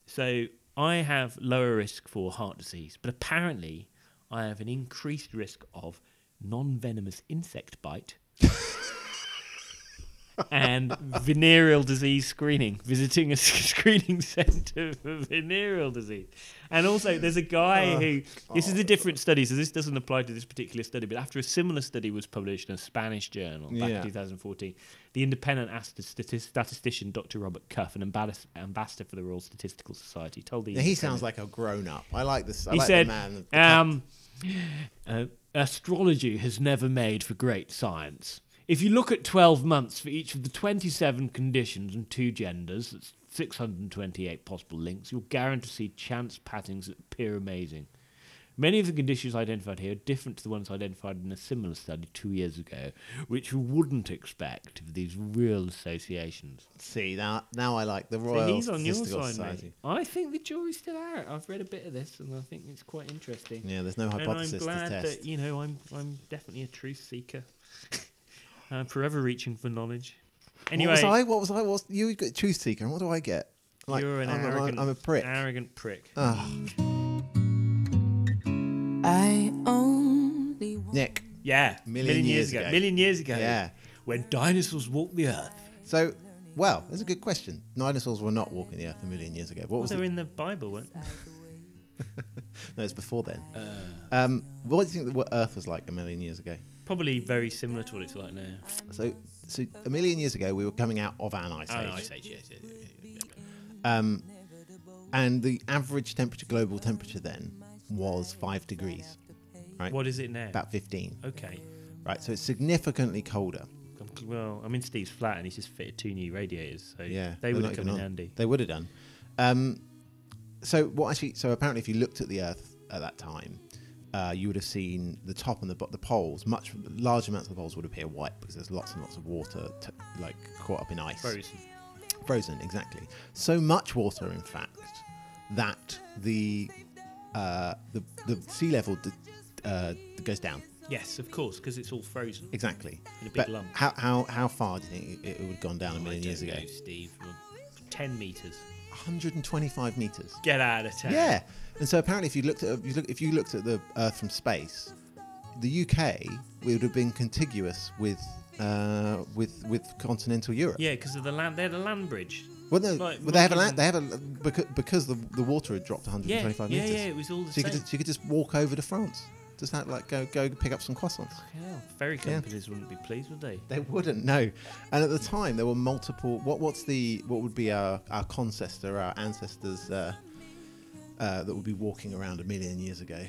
So I have lower risk for heart disease, but apparently I have an increased risk of non-venomous insect bite and venereal disease screening, visiting a screening centre for venereal disease. And also there's a
Oh,
guy who this is a different study, so this doesn't apply to this particular study, but after a similar study was published in a Spanish journal back
Yeah.
in 2014, the independent ast- stati- statistician Dr. Robert Cuff, an ambas- ambassador for the Royal Statistical Society, told the
Now, he
Independent-
sounds like a grown up. I like this. I
he
like
said,
the man. the
um, uh, astrology has never made for great science. If you look at 12 months for each of the 27 conditions and two genders, that's 628 possible links, you'll guarantee to see chance patterns that appear amazing. Many of the conditions identified here are different to the ones identified in a similar study two years ago, which you wouldn't expect of these real associations.
See now, now I like the Royal
So he's on your
Statistical
side,
Society.
mate. I think the jury's still out. I've read a bit of this, and I think it's quite interesting.
Yeah, there's no
and I'm
hypothesis to
glad
test.
that you know I'm I'm definitely a truth seeker. I'm forever reaching for knowledge. Anyway,
what was I? What was I? What's you got truth seeker? And what do I get? Like,
you're an
I'm, a- I'm a-
arrogant,
I'm a prick. Uh,
Arrogant prick.
Ugh.
I only want
Nick.
yeah,
Million
million,
years
years ago.
ago.
Million years ago.
Yeah.
When dinosaurs walked the earth.
So, well, that's a good question. Dinosaurs were not walking the earth a million years ago. What
Well,
was
they were
it?
in the Bible, weren't they?
No, it's before then. um, what do you think the wo- Earth was like a million years ago?
Probably very similar to what it's like now.
So, so a million years ago, we were coming out of an ice
Oh,
age.
no, I say, yes, yes, yes, yes.
Um, and the average temperature, global temperature then, was five degrees,
What is it Oh. now?
about 15.
okay.
Right, so it's significantly colder.
I'm cl- Well, I'm in Steve's flat and he's just fitted two new radiators, so
Yeah,
they
they're
would
not
have come in
even on.
handy.
They would have done. Um, so what actually? So apparently, if you looked at the Earth at that time, uh, you would have seen the top and the bo- the poles. Much large amounts of the poles would appear white because there's lots and lots of water t- like caught up in ice.
Frozen.
Frozen, exactly. So much water, in fact, that the uh, the, the sea level d- uh, goes down.
Yes, of course, because it's all frozen.
Exactly.
In a big
but
lump.
How, how how far do you think it would have gone down a million
I
years
don't
ago?
know, Steve. Well, Ten meters.
125 meters.
Get out of town.
Yeah, and so apparently, if you looked at if you, look, if you looked at the Earth from space, the UK would have been contiguous with uh, with with continental Europe.
Yeah, because of the land. They had a land bridge.
Well, no,
Like,
well, they have a
not
land,
even-
they have a because, because the the water had dropped
Yeah,
125
yeah,
meters.
yeah, it was all the
so you could,
same.
just, you could just walk over to France. Just that, like go go pick up some croissants.
Yeah, ferry
Yeah.
companies wouldn't be pleased, would they?
They wouldn't know. And at the time, there were multiple. What what's the what would be our our ancestor, our ancestors uh, uh, that would be walking around a million years ago?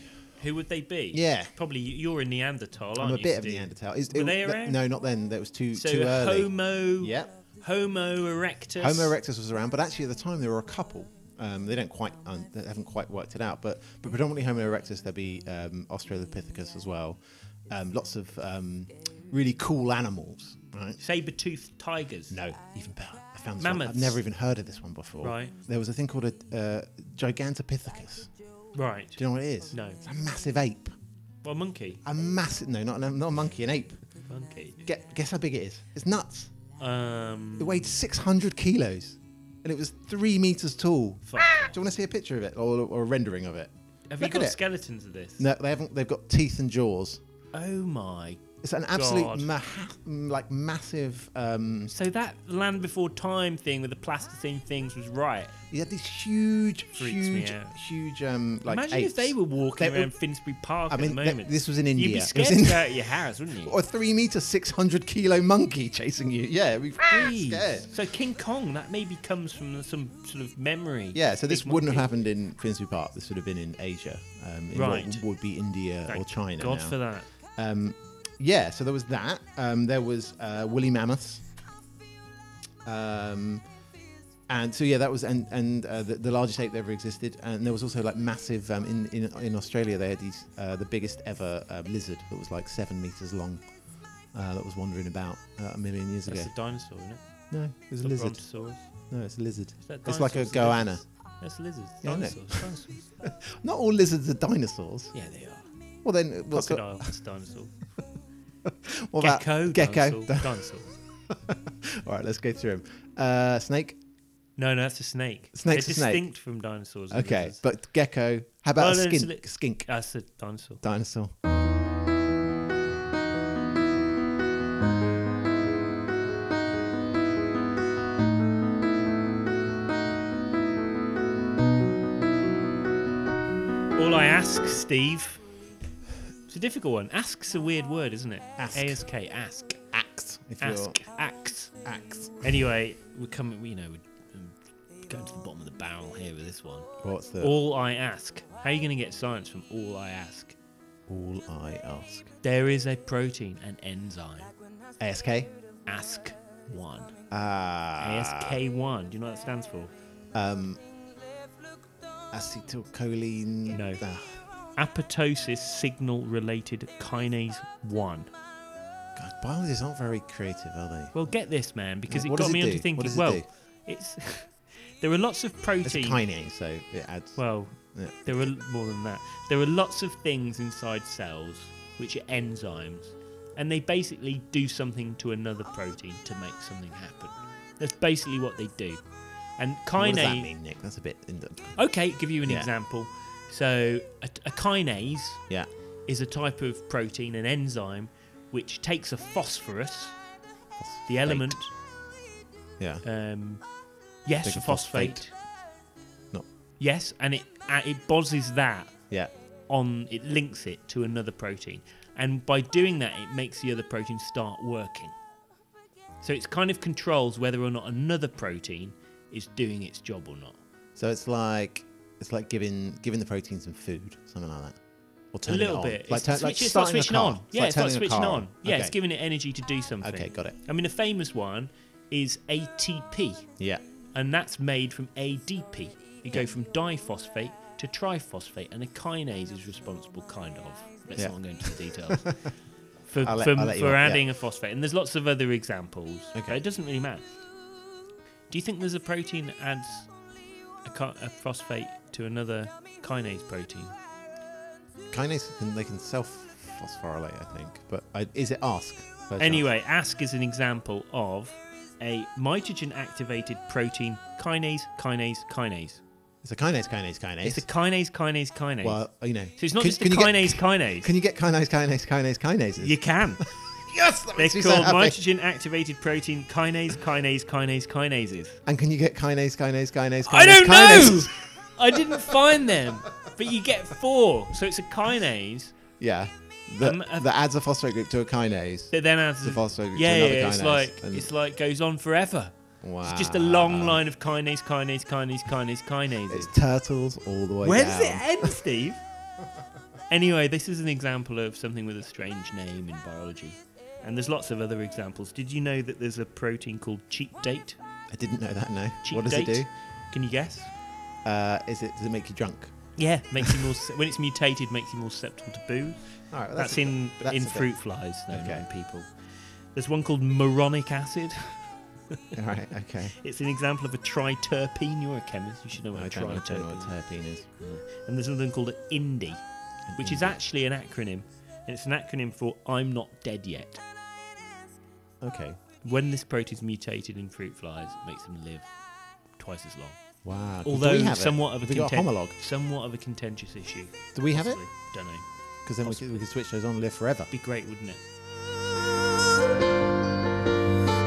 Who would they be?
Yeah.
Probably y- you're a Neanderthal, aren't
I'm a
you,
bit of
Steve?
Neanderthal. Is,
Were they
th-
around?
No, not then. That was too
So
too early.
Homo.
Yep.
Homo erectus.
Homo erectus was around, but actually at the time there were a couple. Um, they don't quite un- they haven't quite worked it out, but but predominantly Homo erectus. There'd be um, Australopithecus as well. Um, lots of um, really cool animals, right?
Saber-toothed tigers.
No, even better. I found this one-
Mammoths.
I've never even heard of this one before.
Right.
There was a thing called a uh, Gigantopithecus. Do
Right.
you know what it is?
No.
It's a massive ape.
Well, monkey.
A massive. No, not, not a monkey. An ape.
Monkey.
Get, guess how big it is? It's nuts.
Um.
It weighed 600 kilos, and it was three meters tall.
fuck.
Do you want to see a picture of it or, or a rendering of it?
Have
Ah! Look
you got
at it.
skeletons of this?
No, they haven't. They've got teeth and jaws.
Oh my.
It's an absolute
God.
maha- like massive. Um,
So that land before time thing with the plasticine things was right.
you had these huge,
Freaks me
huge,
out.
huge. Um, like
Imagine
apes.
if they were walking
They were-
around Finsbury Park
I
at
mean,
the
th-
moment.
this was in
You'd
India.
be
It was
scared
in- Oh,
to go out of your house, wouldn't you?
or a three meter, 600 kilo monkey chasing you. Yeah, it'd be
Jeez.
freaking scared.
So King Kong, that maybe comes from some sort of memory.
Yeah, so this
Big
wouldn't have
monkey.
happened in Finsbury Park. This would have been in Asia, um, in
Right.
What would be India or
Thank
China.
God
now.
for that.
Um, yeah, so there was that. Um, there was uh, woolly mammoths. Um, and so yeah, that was and and uh, the, the largest ape that ever existed. And there was also like massive um, in, in in Australia they had these uh, the biggest ever uh, lizard that was like seven meters long. Uh, that was wandering about uh, a million years ago.
That's a dinosaur, isn't it?
no, it was a
The
lizard.
Brontosaurus.
No, it's a lizard.
Is that
It's like a
dinosaurs? Lizards.
goanna.
That's lizards.
Yeah, I know.
Dinosaurs. dinosaurs.
Not all lizards are dinosaurs.
Yeah, they are.
Well then, what's the-
Crocodile. That's a dinosaur.
what about
Gecko.
Gecko.
Dinosaur. dinosaur.
all right, let's go through them. Uh, snake.
No, no, that's a snake.
Snake's
They're
a snake.
distinct from dinosaurs. and
Okay,
lizards.
but gecko. How about
Well,
a
then it's
skink?
li-
skink.
that's a dinosaur.
Dinosaur.
All I ask, Steve. It's a difficult one. Ask's a weird word, isn't it?
Ask.
Ask. Ask.
Axe. If
Ask. Axe.
you're axe.
Anyway, we're coming. You know, we're um, going to the bottom of the barrel here with this one.
What's the
All
all,
I ask. How are you going to get science from all I ask?
I ask?
There is a protein, an enzyme.
Ask.
Ask one.
Ah.
Ask one. Do you know what that stands for?
Um. Acetylcholine.
No.
Ah,
Apoptosis signal related kinase one.
God, biologists aren't very creative, are they?
Well, get this, man, because
Yeah,
it
what
got
does it
me
do?
onto
What
thinking.
does it
well,
do?
it's there are lots of
It's a
protein.
kinase, so it adds.
Well,
Yeah.
there are more than that. There are lots of things inside cells which are enzymes, and they basically do something to another protein to make something happen. That's basically what they do. And kinase.
what does that mean, Nick? That's a bit. In
Okay, give you an
Yeah.
example. So a, a kinase
yeah.
is a type of protein, an enzyme, which takes a phosphorus, the element,
Yeah.
um, yes,
Take a
phosphate.
phosphate. No.
Yes, and it uh, it bosses that
Yeah.
on it links it to another protein and by doing that it makes the other protein start working so it kind of controls whether or not another protein is doing its job or not
So it's like it's like giving giving the protein some food, something like that. Or
a
turning it
little
on.
bit
Like,
it's,
turn-
it's
like
switch- it's like
starting a
switching
car.
on yeah it's like
turning a
switching
car
on yeah it's
Okay.
giving it energy to do something
Okay, got it.
i mean a famous one is atp
Yeah.
and that's made from adp you go from diphosphate to to triphosphate, and a kinase is responsible, kind of. Let's
Yeah.
not go into the details. For,
I'll let-
for,
I'll let you
for
know, yeah.
adding a phosphate, and there's lots of other examples.
Okay.
It doesn't really matter. Do you think there's a protein that adds a, ki- a phosphate to another kinase protein?
Kinase, can, they can self phosphorylate, I think. But I, is it ask? by chance?
Anyway, ASK is an example of a mitogen activated protein kinase, kinase, kinase.
it's a kinase, kinase, kinase.
It's a kinase, kinase, kinase.
well, you know.
so it's not
can-
just a
can you get-
kinase, kinase.
Can you get kinase, kinase, kinase, kinases?
you can.
yes, that
They're
makes me
called
so happy.
mitogen activated protein kinase, kinase, kinase, kinases.
And can you get kinase, kinase, kinase, kinase?
I don't know!
kinases?
I didn't find them. But you get four. So it's a kinase
Yeah. That,
Um, uh,
that adds a phosphate group to a kinase.
that then adds
The phosphate to
Yeah, yeah,
another
it's
kinase,
like
and-
it's like goes on forever.
Wow.
It's just a long line of kinase, kinase, kinase, kinase, kinases.
It's turtles all the way
Where
down.
does it end, Steve? anyway, this is an example of something with a strange name in biology. And there's lots of other examples. Did you know that there's a protein called cheat date?
I didn't know that. No.
Cheat
what does
date?
it
Can you guess?
do? Uh, is it does it make you drunk?
Yeah, makes you more s- when it's mutated, makes you more susceptible to booze.
All right, well,
That's,
a-
in
Oh, that's
in
a bit-
fruit flies, though, not
Okay.
in people. There's one called moronic acid.
All right. Okay.
It's an example of a triterpene. You're a chemist. You should know what a
I don't know, I don't know what
triterpene is.
terpene is.
And there's another thing called INDI, which is actually an acronym. And it's an acronym for I'm not dead yet.
Okay.
When this protein's mutated in fruit flies, it makes them live twice as long.
Wow. Do we
Although
have it?
somewhat of a,
Have we got a
conten-
homologue.
somewhat of a contentious issue.
Do we have it?
Don't know.
Because then we could, we could switch those on and live forever.
Be great, wouldn't it?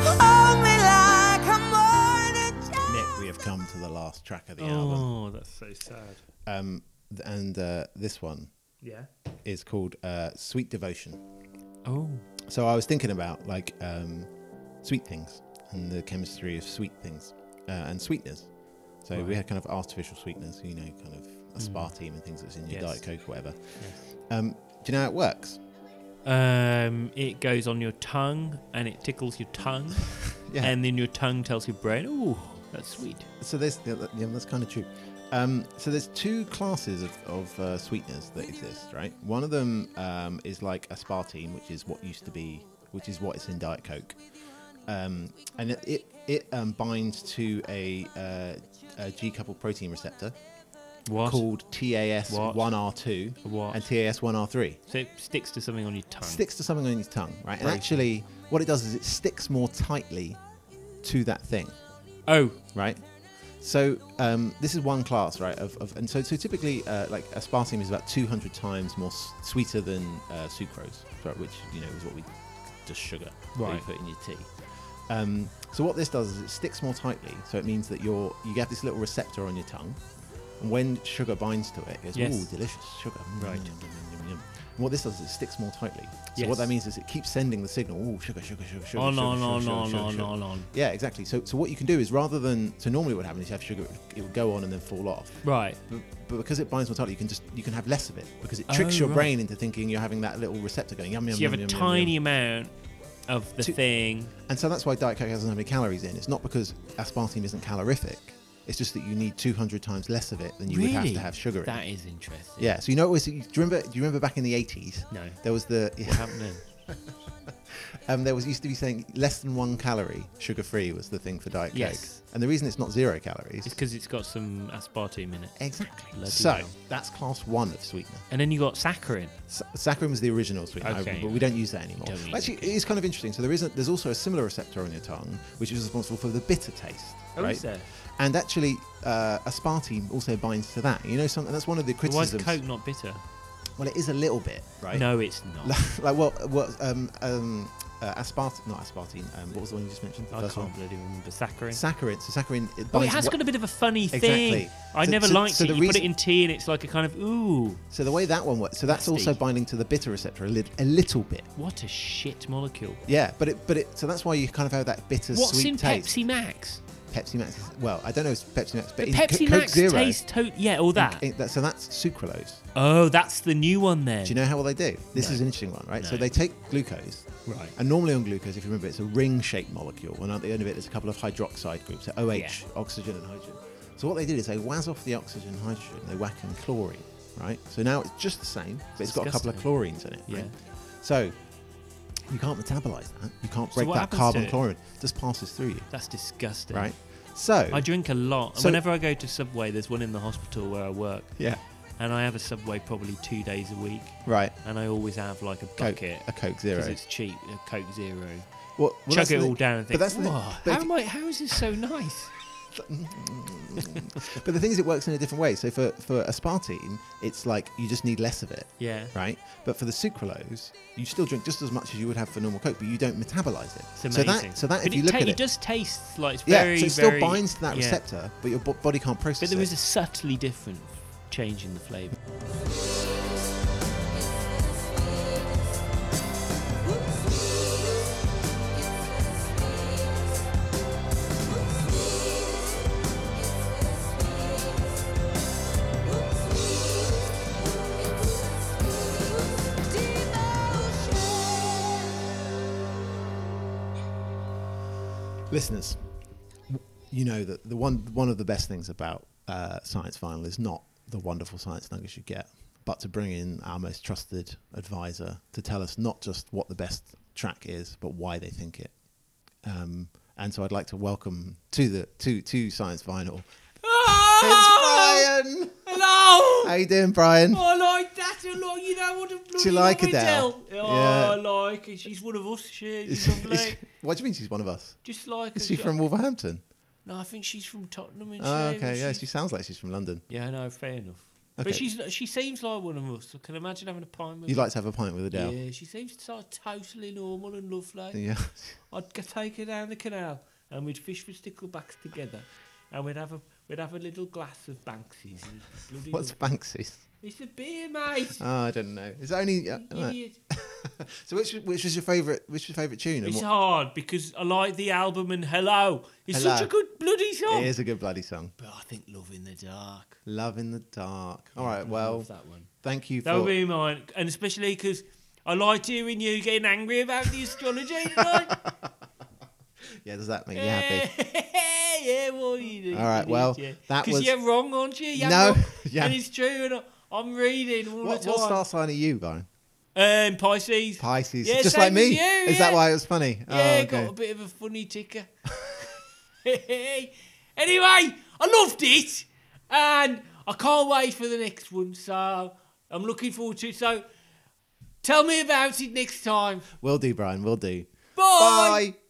Hold me like I'm more than just
Nick, we have come to the last track of the album,
Oh, that's so sad.
um, th- and uh, this one
Yeah.
is called uh, "Sweet Devotion."
Oh.
So I was thinking about like um, sweet things and the chemistry of sweet things uh, and sweeteners. So we had kind of artificial sweeteners, you know, kind of aspartame and things that's in your
Yes.
diet coke or whatever. Um, do you know how it works?
Um, it goes on your tongue and it tickles your tongue,
Yeah.
and then your tongue tells your brain, "Oh, that's sweet."
So there's yeah, that- yeah, that's kind of true. Um, so there's two classes of, of uh, sweeteners that exist, right? One of them um, is like aspartame, which is what used to be, which is what is in Diet Coke, um, and it it, it um, binds to a, uh, a G-coupled protein receptor
What?
called
What?
TAS1R2
What?
and TAS1R3.
So it sticks to something on your tongue.
Sticks to something on your tongue, right? And actually, what it does is it sticks more tightly to that thing
Oh,
right? So um, this is one class, right? Of, of and so so typically uh, like aspartame is about 200 times more s- sweeter than uh, sucrose, right, which you know is what we just sugar that you
Right.
put in your tea. Um, so what this does is it sticks more tightly, so it means that you're you have this little receptor on your tongue, and when sugar binds to it, it's
Yes.
ooh delicious sugar. Mm,
Right.
yum, yum, yum, yum, yum." And what this does is it sticks more tightly. So
Yes.
what that means is it keeps sending the signal, ooh sugar, sugar, sugar, sugar,
on,
sugar,
on,
sugar,
on,
sugar,
on,
sugar,
on,
sugar.
on, on.
Yeah, exactly. So, so what you can do is rather than so normally what would happen is you have sugar, it would, it would go on and then fall off.
Right.
But, but because it binds more tightly, you can just you can have less of it because it tricks your
Oh, right.
brain into thinking you're having that little receptor going yum yum.
So you
yum,
have a
yum, yum,
tiny
yum.
amount of the
Two-
thing.
and so that's why Diet Coke hasn't how many calories in. It's not because aspartame isn't calorific. It's just that you need 200 times less of it than you
really?
would have to have sugar in.
That is interesting.
yeah. So you know, always, do you remember? Do you remember back in the 80s?
No.
There was the
What happened then?
Um, there was used to be saying less than one calorie, sugar free was the thing for Diet Coke.
Yes.
And the reason it's not zero calories
It's because it's got some aspartame in it.
Exactly.
Bloody
so
hell.
that's class one of sweetener.
And then you got saccharin.
S- saccharin was the original sweetener,
Okay.
but we don't use that anymore.
Don't use
Actually,
it.
it's kind of interesting. So there isn't. There's also a similar receptor on your tongue, which is responsible for the bitter taste.
Oh,
right?
is there?
And actually, uh, aspartame also binds to that. You know, something that's one of the
But why is
criticisms.
Coke not bitter?
Well, it is a little bit, right?
No, it's not.
like, like, well, well, um, um, uh, aspartame, not aspartame. Um, what was the one you just mentioned? The
I
first
can't
one.
bloody remember saccharin.
Saccharin. So saccharin. It binds
Oh, it has
what-
got a bit of a funny thing.
Exactly.
I
So-
never
so-
liked
so
it.
the
You put it
reason-
in tea, and it's like a kind of ooh,
So the way that one works. So that's
Nasty.
also binding to the bitter receptor a, lit- a little bit.
what a shit molecule.
Yeah, but it, but it, so that's why you kind of have that bitter
What's
sweet
in
taste.
Pepsi Max?
Pepsi Max. Is, well, I don't know if it's Pepsi Max, but
But
in
Pepsi
Co- Coke
Max
Zero,
tastes to- yeah, all that.
in- that- so that's sucralose.
oh, that's the new one then.
Do you know how well they do? This is an interesting one, right? So they take glucose,
Right.
And normally on glucose, if you remember, it's a ring-shaped molecule, and at the end of it, there's a couple of hydroxide groups, so OH,
Yeah.
oxygen and hydrogen. So what they did is they wazz off the oxygen and hydrogen, they whack in chlorine, right? So now it's just the same, but it's got a couple of chlorines in it. Right?
Yeah.
So you can't metabolize that. You can't break
what
that
happens
carbon
to it?
chlorine. It just passes through you,
That's disgusting.
right? So
I drink a lot.
So-
Whenever I go to Subway, there's one in the hospital where I work,
yeah,
and I have a Subway probably two days a week,
right.
and I always have like a
Coke,
bucket
a Coke Zero.
because it's cheap. A Coke Zero.
Well, well,
Chuck
that's
it
the-
all down and think,
But that's the thing.
"Whoa,
But
how
if-
am I? How is this so nice?
But the thing is, it works in a different way. So for for aspartame, it's like you just need less of it,
Yeah.
right? But for the sucralose, you still drink just as much as you would have for normal Coke, but you don't metabolize it.
It's
so
amazing.
that so that
but
if you look
ta-
at it,
just tastes like it's
yeah,
very,
so it still
very-
binds to that
yeah.
receptor, but your bo- body can't process
But there
it.
was a subtly different change in the flavour.
Listeners, w- you know that the one one of the best things about uh, Science Vinyl is not the wonderful science nuggets you get, but to bring in our most trusted advisor to tell us not just what the best track is, but why they think it. Um, and so I'd like to welcome to the to to Science Vinyl. It's Brian.
Hello! Oh,
How you doing, Brian?
I like that a lot. You know what a bloody
you like
lovely
Adele?
girl.
Yeah.
Oh, I like her. She's one of us. She, she's lovely.
what do you mean she's one of us?
Just like
Is
her.
she from Wolverhampton?
No, I think she's from Tottenham. And
Oh,
she-
okay, yeah,
she's-
she sounds like she's from London.
Yeah, no, fair enough.
Okay.
But she's she seems like one of us. I can imagine having a pint with
You'd
her.
like to have a pint with Adele?
Yeah, she seems so totally normal and lovely.
Yeah.
I'd g- take her down the canal and we'd fish with sticklebacks together, and we'd have a we'd have a little glass of Banksy's. and it'd be bloody
What's
lovely.
Banksy's?
it's a beer, mate.
Oh, I don't know. Is that only? Uh,
You
uh,
idiot.
so which which was your favorite? Which was your favorite tune? and
It's
what-
hard because I like the album and Hello. It's such
Hello.
a good bloody song.
it is a good bloody song.
But I think Love in the Dark.
Love in the dark. All right.
I
Well,
love that one.
thank you
That
for.
would be mine, and especially because I liked hearing you getting angry about the astrology. you know?
yeah. Does that make you
yeah,
happy?
yeah, well, you
All right, well, that
because
was-
you're wrong, aren't you? You're
No,
wrong.
yeah.
and it's true. And I- I'm reading all
What,
the
what
time.
star sign are you, Brian?
Um, Pisces.
Pisces.
Yeah,
Just
same
like me.
as you,
Is that
yeah.
why it was funny?
Yeah,
oh,
got a
okay.
bit of a funny ticker. anyway, I loved it, and I can't wait for the next one. So I'm looking forward to it. So tell me about it next time.
Will do, Brian. Will do.
Bye.
Bye.